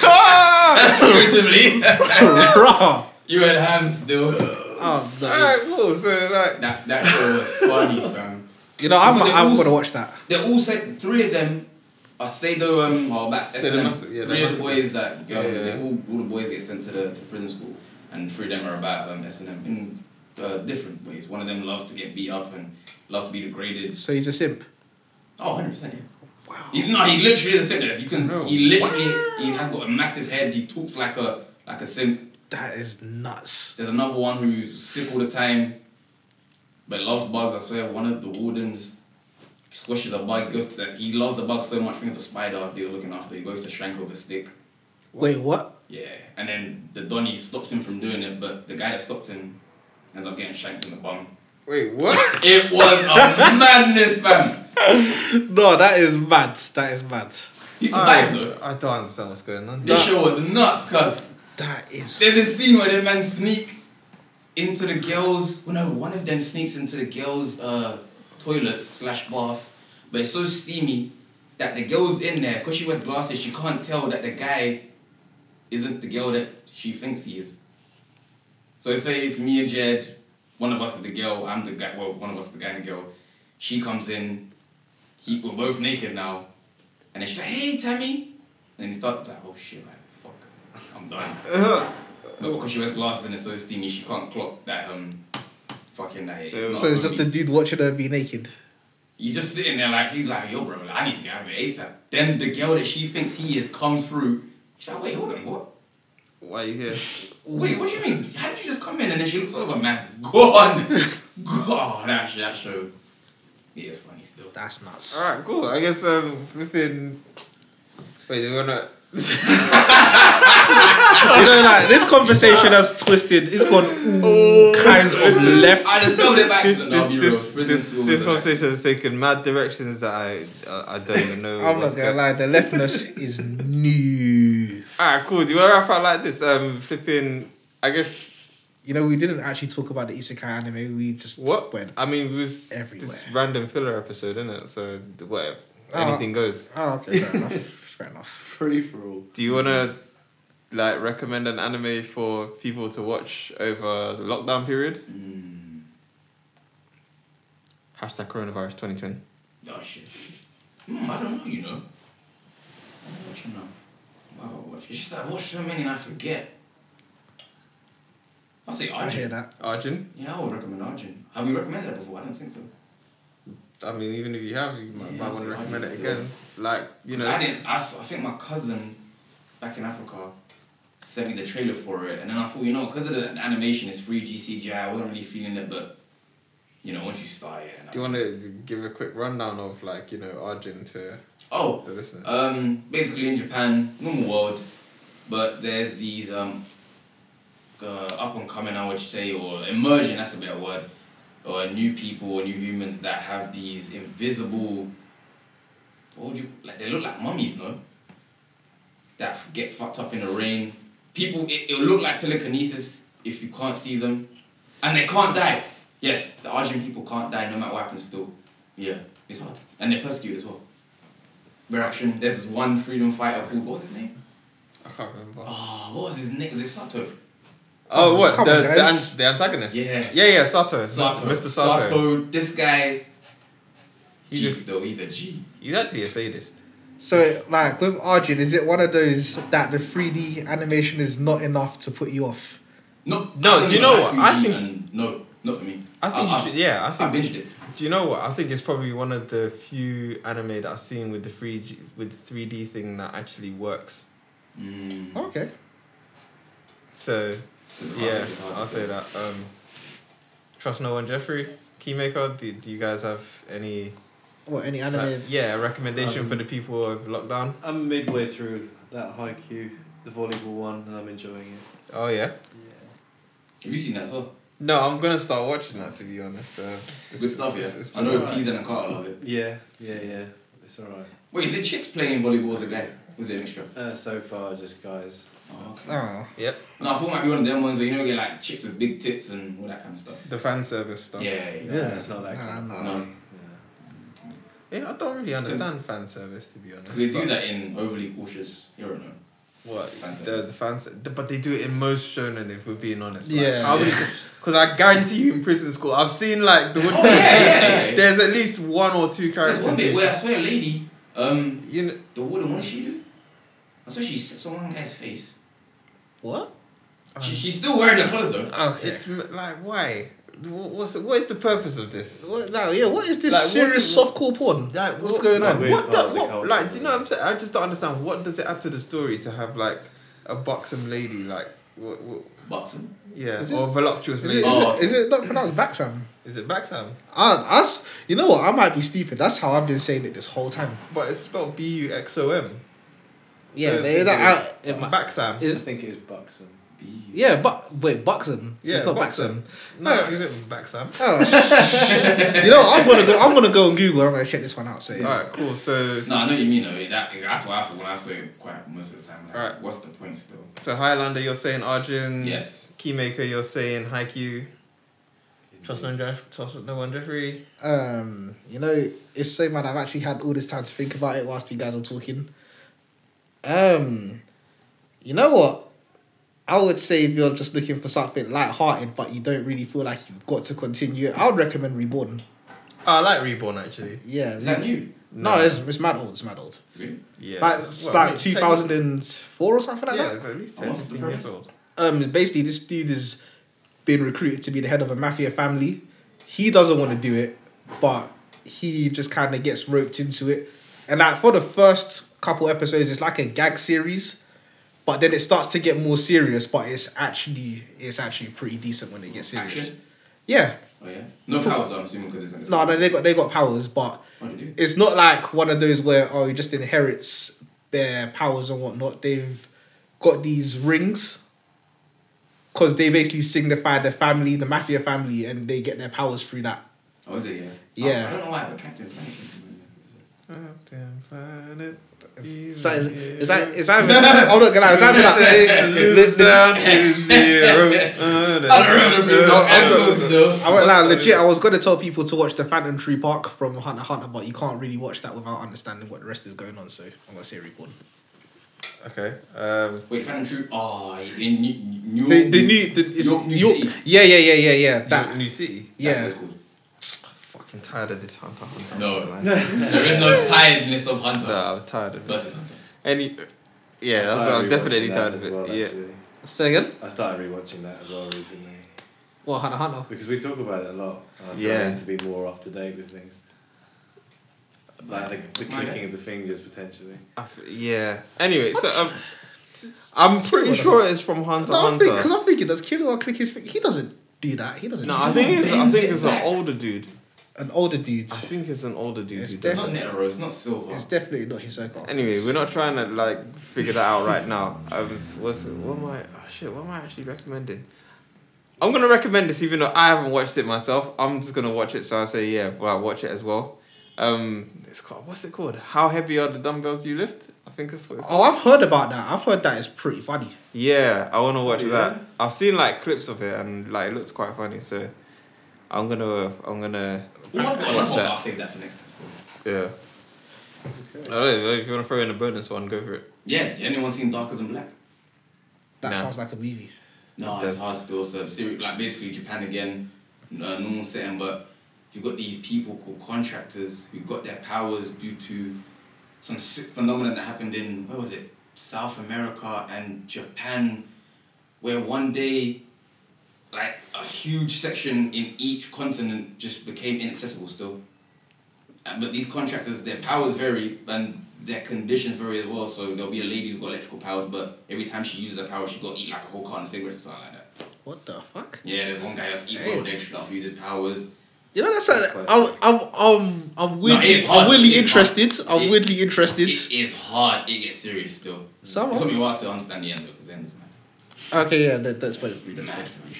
B: Ah,
A: Figuratively,
N: Bruh.
A: you had hands still.
N: Oh, no.
B: Alright, cool. So like,
A: That that show was funny, fam.
N: You know, I'm,
A: Because it
N: I'm
A: was-
N: gonna watch that.
A: They all said three of them. are Sado um well that's
B: Oh, Sado,
A: SM, three
B: yeah,
A: of
B: that's-
A: the boys that go
B: yeah, yeah.
A: they all, all the boys get sent to the to prison school and three of them are about um S and M in uh, different ways. One of them loves to get beat up and loves to be degraded.
N: So he's a simp.
A: Oh 100 percent yeah. Wow. He, no, he literally is a simp. If You can he literally he has got a massive head, he talks like a like a simp.
N: That is nuts.
A: There's another one who's sick all the time, but loves bugs. I swear, one of the wardens squishes a bug. Goes to the, he loves the bug so much. Think of the spider they were looking after. He goes to strangle with a stick.
N: Wait, what?
A: Yeah, and then the Donny stops him from doing it, but the guy that stopped him ends up getting shanked in the bum.
B: wait, what?
A: It was a madness, fam.
N: No, that is mad. That is mad.
A: He survived
B: I,
A: though.
B: I don't understand what's going on.
A: This show was nuts, cuz.
N: That is.
A: There's this scene where the man sneak into the girls. Well, no, one of them sneaks into the girls' uh, toilet slash bath, but it's so steamy that the girl's in there because she wears glasses. She can't tell that the guy isn't the girl that she thinks he is. So say it's me and Jed. One of us is the girl. I'm the guy. Well, one of us is the guy and the girl. She comes in. He, we're both naked now, and then she's like, "Hey, Tammy," and he starts like, "Oh shit, like, fuck, I'm done." But because she wears glasses and it's so steamy, she can't clock that um fucking that.
B: So-
A: not
N: So it's
A: gonna
N: just
A: be-
N: a dude watching her be naked.
A: you just sitting there like he's like, yo, bro, like, I need to get out of here ASAP. Then the girl that she thinks he is comes through. She's like, wait, hold on, what?
B: Why are you here?
A: Wait, what do you mean? How did you just come in? And then she looks over, man's gone. God, that sh- that show. Yeah, it's funny still.
N: That's nuts.
B: All right, cool. I guess um, flipping. Wait, we're not.
N: You know, like this conversation has twisted. It's gone all kinds of left.
A: I discovered it back
B: This
A: to
B: this this this,
A: school
B: this
A: was
B: conversation has taken mad directions that I I, I don't even know.
N: I'm
B: what's
N: not gonna
B: go-
N: lie, the leftness is new.
B: All right, cool. Do you want to wrap up like this? Um, flipping. I guess
N: You know, we didn't actually talk about the isekai anime. We just
B: what?
N: went.
B: I mean, it was this
N: everywhere.
B: random filler episode, isn't it? So whatever,
N: Oh.
B: anything goes.
N: Oh, okay, fair enough. Fair enough.
D: Free for all.
B: Do you want to like recommend an anime for people to watch over the lockdown period?
A: Mm.
B: Hashtag coronavirus twenty twenty.
A: Oh shit. Mm, I don't know, you know. I don't know what you know. Why would I watch? It's just I watch so many and I forget. I'll say
N: I hear
A: Arjun.
N: that.
B: Arjun.
A: Yeah, I would recommend Arjun. Have we recommended that before? I don't think so.
B: I mean, even if you have, you might,
A: Yeah,
B: might want to
A: I'll
B: recommend it
A: just-
B: again. Like you know,
A: I didn't. I, saw, I think my cousin back in Africa sent me the trailer for it, and then I thought, you know, because of the animation, it's free GCGI. I wasn't really feeling it, but you know, once you start it, and I-
B: Do you want to give a quick rundown of like you know Arjun to
A: oh,
B: the listeners?
A: Um, basically in Japan, normal world, but there's these um, uh, up and coming, I would say, or emerging. That's a better word, or new people or new humans that have these invisible. What would you like? They look like mummies, no? That f- get fucked up in the rain. People, it, it'll look like telekinesis if you can't see them, and they can't die. Yes, the Asian people can't die no matter what happens. Still, yeah, it's hard, and they're persecuted as well. We're actually there's this one freedom fighter called what was his name?
B: I can't remember. Oh,
A: Oh, what was his name? Was it Sato?
B: what
N: come
B: the
N: on,
B: the, an,
N: guys.
B: the antagonist?
A: Yeah.
B: yeah, yeah. Sato,
A: Sato.
B: Mr. Sato.
A: This guy.
B: He
A: He's
B: just-
A: though. He's a G.
B: He's actually a sadist.
N: So, like with Arjun, is it one of those that the 3D animation is not enough to put you off?
A: No,
B: No,
A: I
B: do you
A: don't
B: know what?
A: like
B: I
A: 3D
B: think-
A: and- no, not for me.
B: I think you should. Yeah, I
A: I
B: think
A: binged it.
B: do you know what? I think it's probably one of the few anime that I've seen with the three G with three D thing that actually works.
A: Mm.
C: Okay.
B: So yeah, I'll say
A: that.
B: that. Um, trust no one, Jeffrey. Keymaker, do, do you guys have any
C: Or any anime.
B: like, yeah recommendation for the people who are locked down?
D: I'm midway through that Haikyuu, the volleyball one, and I'm enjoying it.
B: Oh yeah.
D: Yeah.
A: Have you seen that as well?
B: No, I'm gonna start watching that to be honest. Uh, it's-
A: Good stuff, yeah.
B: it's- it's-
A: I know
D: alright.
A: Peas and Carter love it.
D: Yeah, yeah, yeah. It's alright.
A: Wait, is it chicks playing volleyball with the guys? Was it a mixture?
D: Uh, so far, just guys.
A: Oh, okay.
C: Oh.
B: Yep,
A: No, I thought it might be one of them ones where you know you get like chicks with big tits and all that kind of stuff.
B: the fan service stuff.
A: Yeah, yeah. yeah.
C: Yeah.
D: It's not that
C: Nah,
D: kind
C: nah.
D: of
A: No.
D: anime.
B: Yeah, I don't really understand fan service to be honest.
A: Because they do
B: but-
A: that in overly cautious hero, no?
B: What
A: Fan
B: the,
A: service.
B: the fans, the, but they do it in most shonen. If we're being honest, like,
C: Yeah.
B: I would, because I guarantee you, in prison school, I've seen like the
A: Oh, yeah, yeah, yeah.
B: There's at least one or two
A: There's
B: characters.
A: one bit
B: who-
A: where I swear a lady, um,
B: you know,
A: the woman, what did she do? I swear she sits on one guy's face.
C: What?
A: She,
C: Um.
A: she's still wearing the clothes though.
C: Okay.
B: it's m- like why? Wha- What's what is the purpose of this?
C: What, now, yeah, what is this
B: Like, what
C: serious
B: do-
C: softcore porn?
B: Like
C: What's
B: what-
C: going
B: like,
C: on?
D: Weird
B: What,
D: part
B: the,
D: of the
B: what
D: culture,
B: like? Do you know
D: yeah.
B: what I'm saying? I just don't understand. What does it add to the story to have like a buxom lady like? What, what,
A: Buxom.
B: yeah,
C: Is it-
B: or voluptuous
C: Is
B: lady.
C: it, is,
A: Oh.
C: it, is it not pronounced Baxam?
B: Is it Baxam?
C: Ah, us. You know what? I might be stupid. That's how I've been saying it this whole time.
B: But it's spelled B U X O M.
C: Yeah, they, that, I,
D: it might-
B: Baxam.
D: I
C: Is-
D: think it's buxom.
C: yeah, but wait, Buxom. So
B: Yeah,
C: it's not
B: Buxom.
C: Baxam.
B: No,
C: No.
B: is it Baxam?
C: Oh, shit. Oh. you know, I'm gonna go. I'm gonna go on Google. I'm gonna check this one out. So yeah.
B: Alright, cool. So
A: No, I know what you mean though. eh, That, that's what I thought when I saw it quite most of the time. Like,
B: Alright.
A: What's the point still?
B: so Highlander you're saying
C: Mm.
B: Arjun.
A: Yes.
B: Keymaker you're saying Haikyuu. Trust no one Jeff trust no one Jeffrey.
C: Um, you know, it's so mad. I've actually had all this time to think about it whilst you guys are talking. Um, you know what? I would say if you're just looking for something light-hearted, but you don't really feel like you've got to continue, I would recommend Reborn.
B: Oh, I like Reborn actually.
C: Yeah.
A: Is that new?
C: no, it's it's mad old. It's mad old.
A: Really?
B: Yeah.
C: like
B: Well,
C: it's
B: I
C: like
B: mean,
C: two thousand and four or something like
B: technically- Yeah,
C: that.
B: it's at least
A: Oh, what's
B: 10
A: the
B: years
A: premise?
B: old.
C: Um, basically, this dude is being recruited to be the head of a mafia family. He doesn't want to do it, but he just kind of gets roped into it. And like for the first couple episodes, it's like a gag series, but then it starts to get more serious. But it's actually it's actually pretty decent when it gets serious.
A: Action?
C: Yeah,
A: Oh yeah. No powers, though, I'm assuming because it's
C: no, no, they got they got powers, but
A: What do you do?
C: it's not like one of those where oh he just inherits their powers and whatnot. They've got these rings because they basically signify the family, the mafia family, and they get their powers through that.
A: Oh, is it? Yeah.
C: Yeah.
A: I, I don't know why, but Captain Planet. came to mind.
B: Captain Planet.
C: Is that is that is that? I'm not gonna lie. Is that
B: Take the
C: like?
B: loot down to zero. Uh,
A: I don't remember the
B: uh,
A: reason.
B: uh,
A: I don't know.
C: I went like legit. I was gonna tell people to watch the Phantom Tree Park from Hunter x Hunter, but you can't really watch that without understanding what the rest is going on. So I'm gonna say reborn.
B: Okay. Um,
A: Wait, Phantom Troop. Oh, in New.
C: They, they knew the, it's
A: York, New
C: York-
A: City.
C: Yeah, yeah, yeah, yeah, yeah. That
B: New, New City.
A: That's
C: yeah.
A: what it's called.
B: Fucking tired of this Hunter x Hunter.
A: No.
B: Like,
A: There is no tiredness of Hunter
B: no, I'm tired of it.
A: versus Hunter.
B: Any. Yeah,
D: I
B: that's,
D: started
B: I'm definitely
D: rewatching that
B: tired of
D: as
B: it.
D: well,
B: yeah.
D: actually.
B: Second.
D: I started rewatching that as well recently
C: Well, Hunter x Hunter.
D: because we talk about it a lot. and I feel
B: Yeah.
D: I need to be more up to date with things. Like the, the
A: My bad.
D: clicking of the fingers potentially.
B: I f- yeah. Anyway, so um, I'm pretty sure it's from Hunter
C: No, I'm
B: Hunter.
C: because I'm thinking, does Killua click his finger? He doesn't do that. He doesn't.
B: no,
C: do
B: I
C: that.
B: think it's I
A: Bends
B: think
A: it
B: it's
A: back.
B: an older dude.
C: an older dude.
B: I think it's an older dude.
C: It's
B: who does
A: It's
B: it.
A: not Netero, it's not Silver.
C: It's definitely not his circle.
B: Anyway, we're not trying to like figure that out right now. Um, what's what am I? Oh shit, what am I actually recommending? I'm gonna recommend this even though I haven't watched it myself. I'm just gonna watch it, so I say yeah, well I watch it as well. Um, it's called what's it called? How heavy are the dumbbells you lift? I think that's what it's
C: Oh, I've heard about that. I've heard that is pretty funny.
B: Yeah, I want to watch
D: Yeah.
B: that. I've seen like clips of it and like it looks quite funny. So I'm gonna I'm gonna
A: Well, I've got
B: watch
A: another one,
B: that.
A: I'll save that for next time. Still.
B: yeah. I don't know if you want to throw in a bonus one, go for it.
A: Yeah, anyone seen Darker Than Black?
C: That
B: No.
C: sounds like a movie.
A: No,
B: That's-
A: it's hard still. So, seri- like basically Japan again, n- uh, normal setting, but you've got these people called contractors who got their powers due to some sick phenomenon that happened in where was it? South America and Japan, where one day, like a huge section in each continent just became inaccessible still. Uh, But these contractors, their powers vary and their conditions vary as well. So there'll be a lady who's got electrical powers, but every time she uses her power, she's got to eat like a whole carton of cigarettes or something like that.
C: What the fuck?
A: Yeah, there's one guy that's eating all the extra stuff, uses powers.
C: You know that's a, I'm, I'm I'm I'm
A: it
C: weirdly
A: is hard.
C: I'm weirdly
A: It is
C: interested.
A: hard.
C: I'm
A: It-
C: weirdly interested.
A: It is hard. It gets serious still.
C: So-
A: it took me a while to understand the end though, because then it's
C: Okay, yeah, that, that's better for me. That's
A: mad.
C: better for me.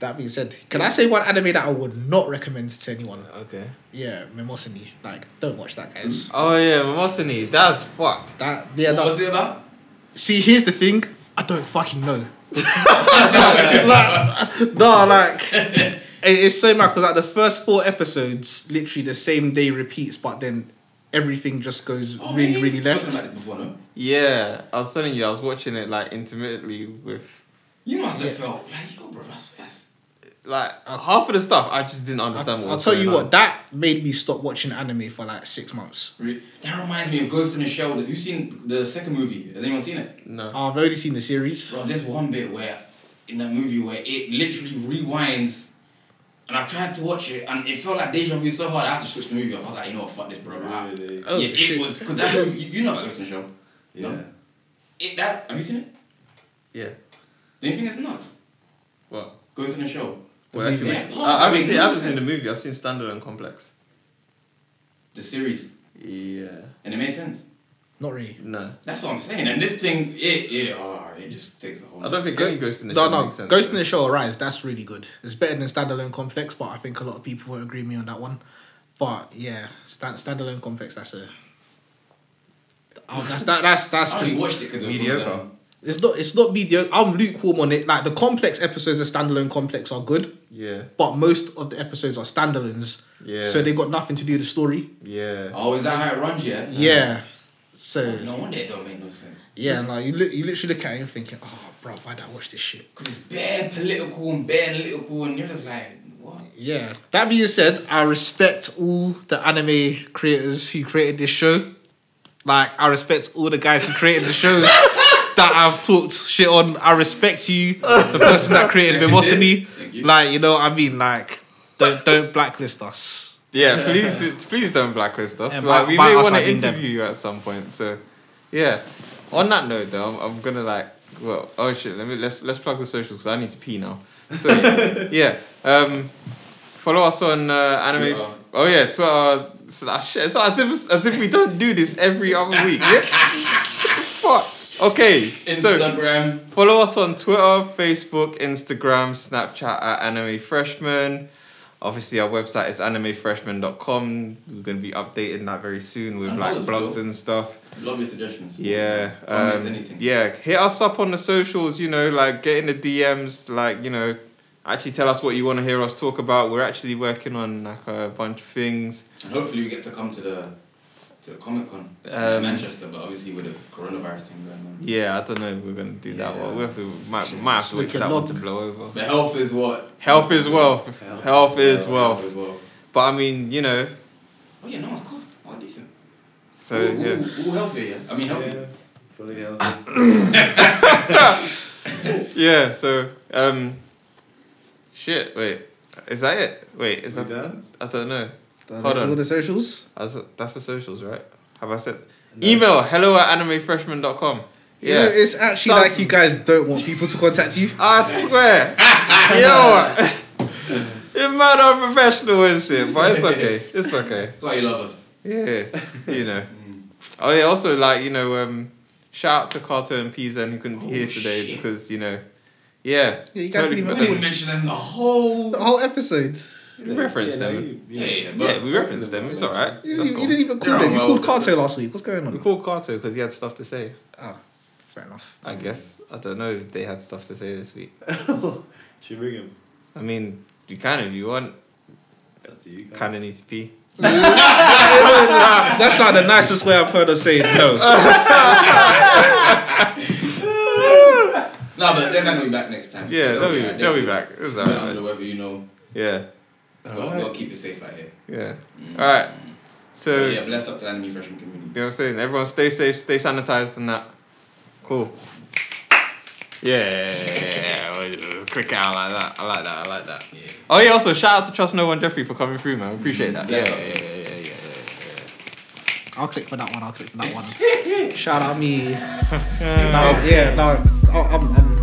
C: That being said, can I say one anime that I would not recommend to anyone?
B: Okay.
C: Yeah, Mimosini. Like, don't watch that, guys.
B: Oh yeah, Mimosini, that's fucked.
C: That yeah.
A: What
C: No.
A: was it about?
C: See, here's the thing. I don't fucking know. like, no, like it- it's so mad because like the first four episodes, literally the same day repeats, but then everything just goes
A: Oh,
C: really, really
A: We've spoken
C: left.
A: about this before, no?
B: Yeah, I was telling you, I was watching it like intermittently with
A: You must have felt like, yo, bro, that's that's
B: like half of the stuff I just didn't
C: I'll,
B: understand. what
C: I'll
B: was
C: tell you
B: going
C: what,
B: on.
C: that made me stop watching anime for like six months.
A: Re- That reminds me of Ghost in the Shell. Have you seen the second movie? Has anyone seen it?
B: No.
C: I've only seen the series.
A: Bro, there's one bit where in that movie where it literally rewinds, and I tried to watch it, and it felt like deja vu so hard. I had to switch the movie. off. I was like, you know what, fuck this, bro. I-
D: Really?
C: Oh,
A: yeah,
C: shit.
A: it was because that movie. You, you know about Ghost in the Shell.
D: Yeah.
A: No. It that have you seen it?
B: Yeah.
A: Don't you think it's nuts?
B: What?
A: Ghost in the Shell.
B: Well, actually,
A: Yeah,
B: which-
A: Pulse
B: I, I haven't
A: makes
B: seen.
A: no
B: I haven't seen the
A: sense.
B: movie. I've seen Standalone Complex.
A: The series,
B: Yeah.
A: and it made sense.
C: Not really.
B: No.
A: That's what I'm saying. And this thing, it it oh, it just takes a whole.
B: I don't think
C: Go-
B: any Ghost in the
C: No,
B: Shell
C: no,
B: makes sense.
C: Ghost in the Shell Rise. That's really good. It's better than Standalone Complex, but I think a lot of people won't agree with me on that one. But yeah, stand, Standalone Complex. That's a. Oh, that's that, that's that's
A: I only
C: just
A: watched it because
B: Mediocre.
C: it's not it's not mediocre. I'm lukewarm on it. Like the complex episodes of Standalone Complex are good,
B: Yeah.
C: but most of the episodes are standalones.
B: Yeah.
C: So they got nothing to do with the story.
B: Yeah.
A: Oh, is that how it runs? Yeah.
C: Yeah. So
A: No wonder it don't make no sense.
C: yeah, like you look, you literally look at it and thinking, oh, bro, why did I watch this shit?
A: Because it's bare political and bare analytical, and you're just like, what?
C: Yeah. That being said, I respect all the anime creators who created this show. Like, I respect all the guys who created the show that I've talked shit on. I respect you, the person that created Mimosity.
A: Thank you.
C: Like, you know what I mean? Like, don't don't blacklist us.
B: Yeah. Please, do, please don't blacklist us.
C: And
B: like,
C: by-
B: we
C: by
B: may
C: us,
B: want
C: I
B: to
C: mean them.
B: interview you at some point. So, yeah. On that note, though, I'm, I'm gonna like. Well, oh shit. Let me let's let's plug the socials because I need to pee now. So yeah. Um, follow us on uh, anime.
A: Twitter.
B: Oh yeah, Twitter slash. It's not as if as if we don't do this every other week. Yeah. Fuck. Okay. So.
A: Instagram.
B: Follow us on Twitter, Facebook, Instagram, Snapchat at Anime Freshman. Obviously, our website is animefreshman.com. We're going to be updating that very soon with
A: And
B: like
A: others,
B: blogs
A: though.
B: and stuff.
A: Love your suggestions.
B: Yeah.
A: Comments,
B: um,
A: anything.
B: yeah. Hit us up on the socials, you know, like get in the DMs, like, you know, actually tell us what you want to hear us talk about. We're actually working on like a bunch of things.
A: And hopefully we get to come to the to the Comic Con
B: Um,
A: in Manchester, but obviously with the coronavirus thing going on.
B: Yeah, I don't know if we're going to do that one. We have to, we might, we might have to wait for
C: Looking
B: that one
C: lob.
B: to blow over.
A: The health is what?
B: Health is wealth.
D: Health.
B: Health is
A: Yeah,
B: wealth.
A: wealth.
B: But I mean, you know,
A: Oh yeah, no one's coughed. Oh decent.
B: So
A: all,
B: yeah.
A: all, all healthy, yeah. I mean healthy.
D: Yeah. Fully healthy.
B: Yeah, so um shit, wait. Is that it? Wait, is
D: We
B: that
D: done?
B: I don't know.
C: Hold
B: on.
C: All the socials.
B: That's, that's the socials, right? Have I said email hello at animefreshman.com.
C: You know,
B: Yeah.
C: it's actually
B: Some-
C: like you guys don't want people to contact you.
B: I swear. Yo. It might not professional and shit, but it's okay. It's okay.
A: That's why you love us.
B: Yeah. You know.
C: Mm.
B: Oh yeah, also like, you know, um shout out to Carter and Pizan who couldn't be
A: Oh,
B: here today
A: shit.
B: because, you know, yeah.
C: Yeah, you guys
A: We
B: Totally
C: didn't even-
B: forgot.
A: didn't mention them the whole
C: The whole episode.
B: We referenced
D: Yeah, no,
B: them.
D: you-
A: Yeah, yeah, but
B: Yeah, we referenced them. It's alright.
C: You
B: That's
C: didn't, even-
B: cool.
C: you didn't even call
A: They're
C: them. You
A: all
C: called
A: well-
C: Carto last week. What's going
B: We
C: on?
B: called Carter because he had stuff to say.
C: Oh, fair enough.
B: I guess I don't know if they had stuff to say this week.
D: Should we bring him?
B: I mean, you can if you want.
D: It's up to you guys.
B: Kind of need to pee.
C: That's not the nicest way I've heard of saying no.
A: no, but they're gonna be back next time.
B: Yeah, they'll be
A: alright.
B: they'll be back. It's
A: They'll be under
B: alright.
A: the weather, you know.
B: Yeah,
A: Gotta, gotta keep it safe out here.
B: yeah. All right. So
A: But
B: you
A: yeah,
B: know
A: bless up to the anime freshman community.
B: what I'm saying. Everyone, stay safe, stay sanitized, and that. Cool. Yeah. cricket out like that. I like that. I like that.
A: Yeah.
B: Oh yeah. Also, shout out to Trust No One Jeffrey for coming through, man. We Appreciate that. Yeah, yeah, yeah, yeah, yeah, yeah,
C: I'll click for that one. I'll click for that one. Shout out me. No, yeah, no, I- I'm, I'm,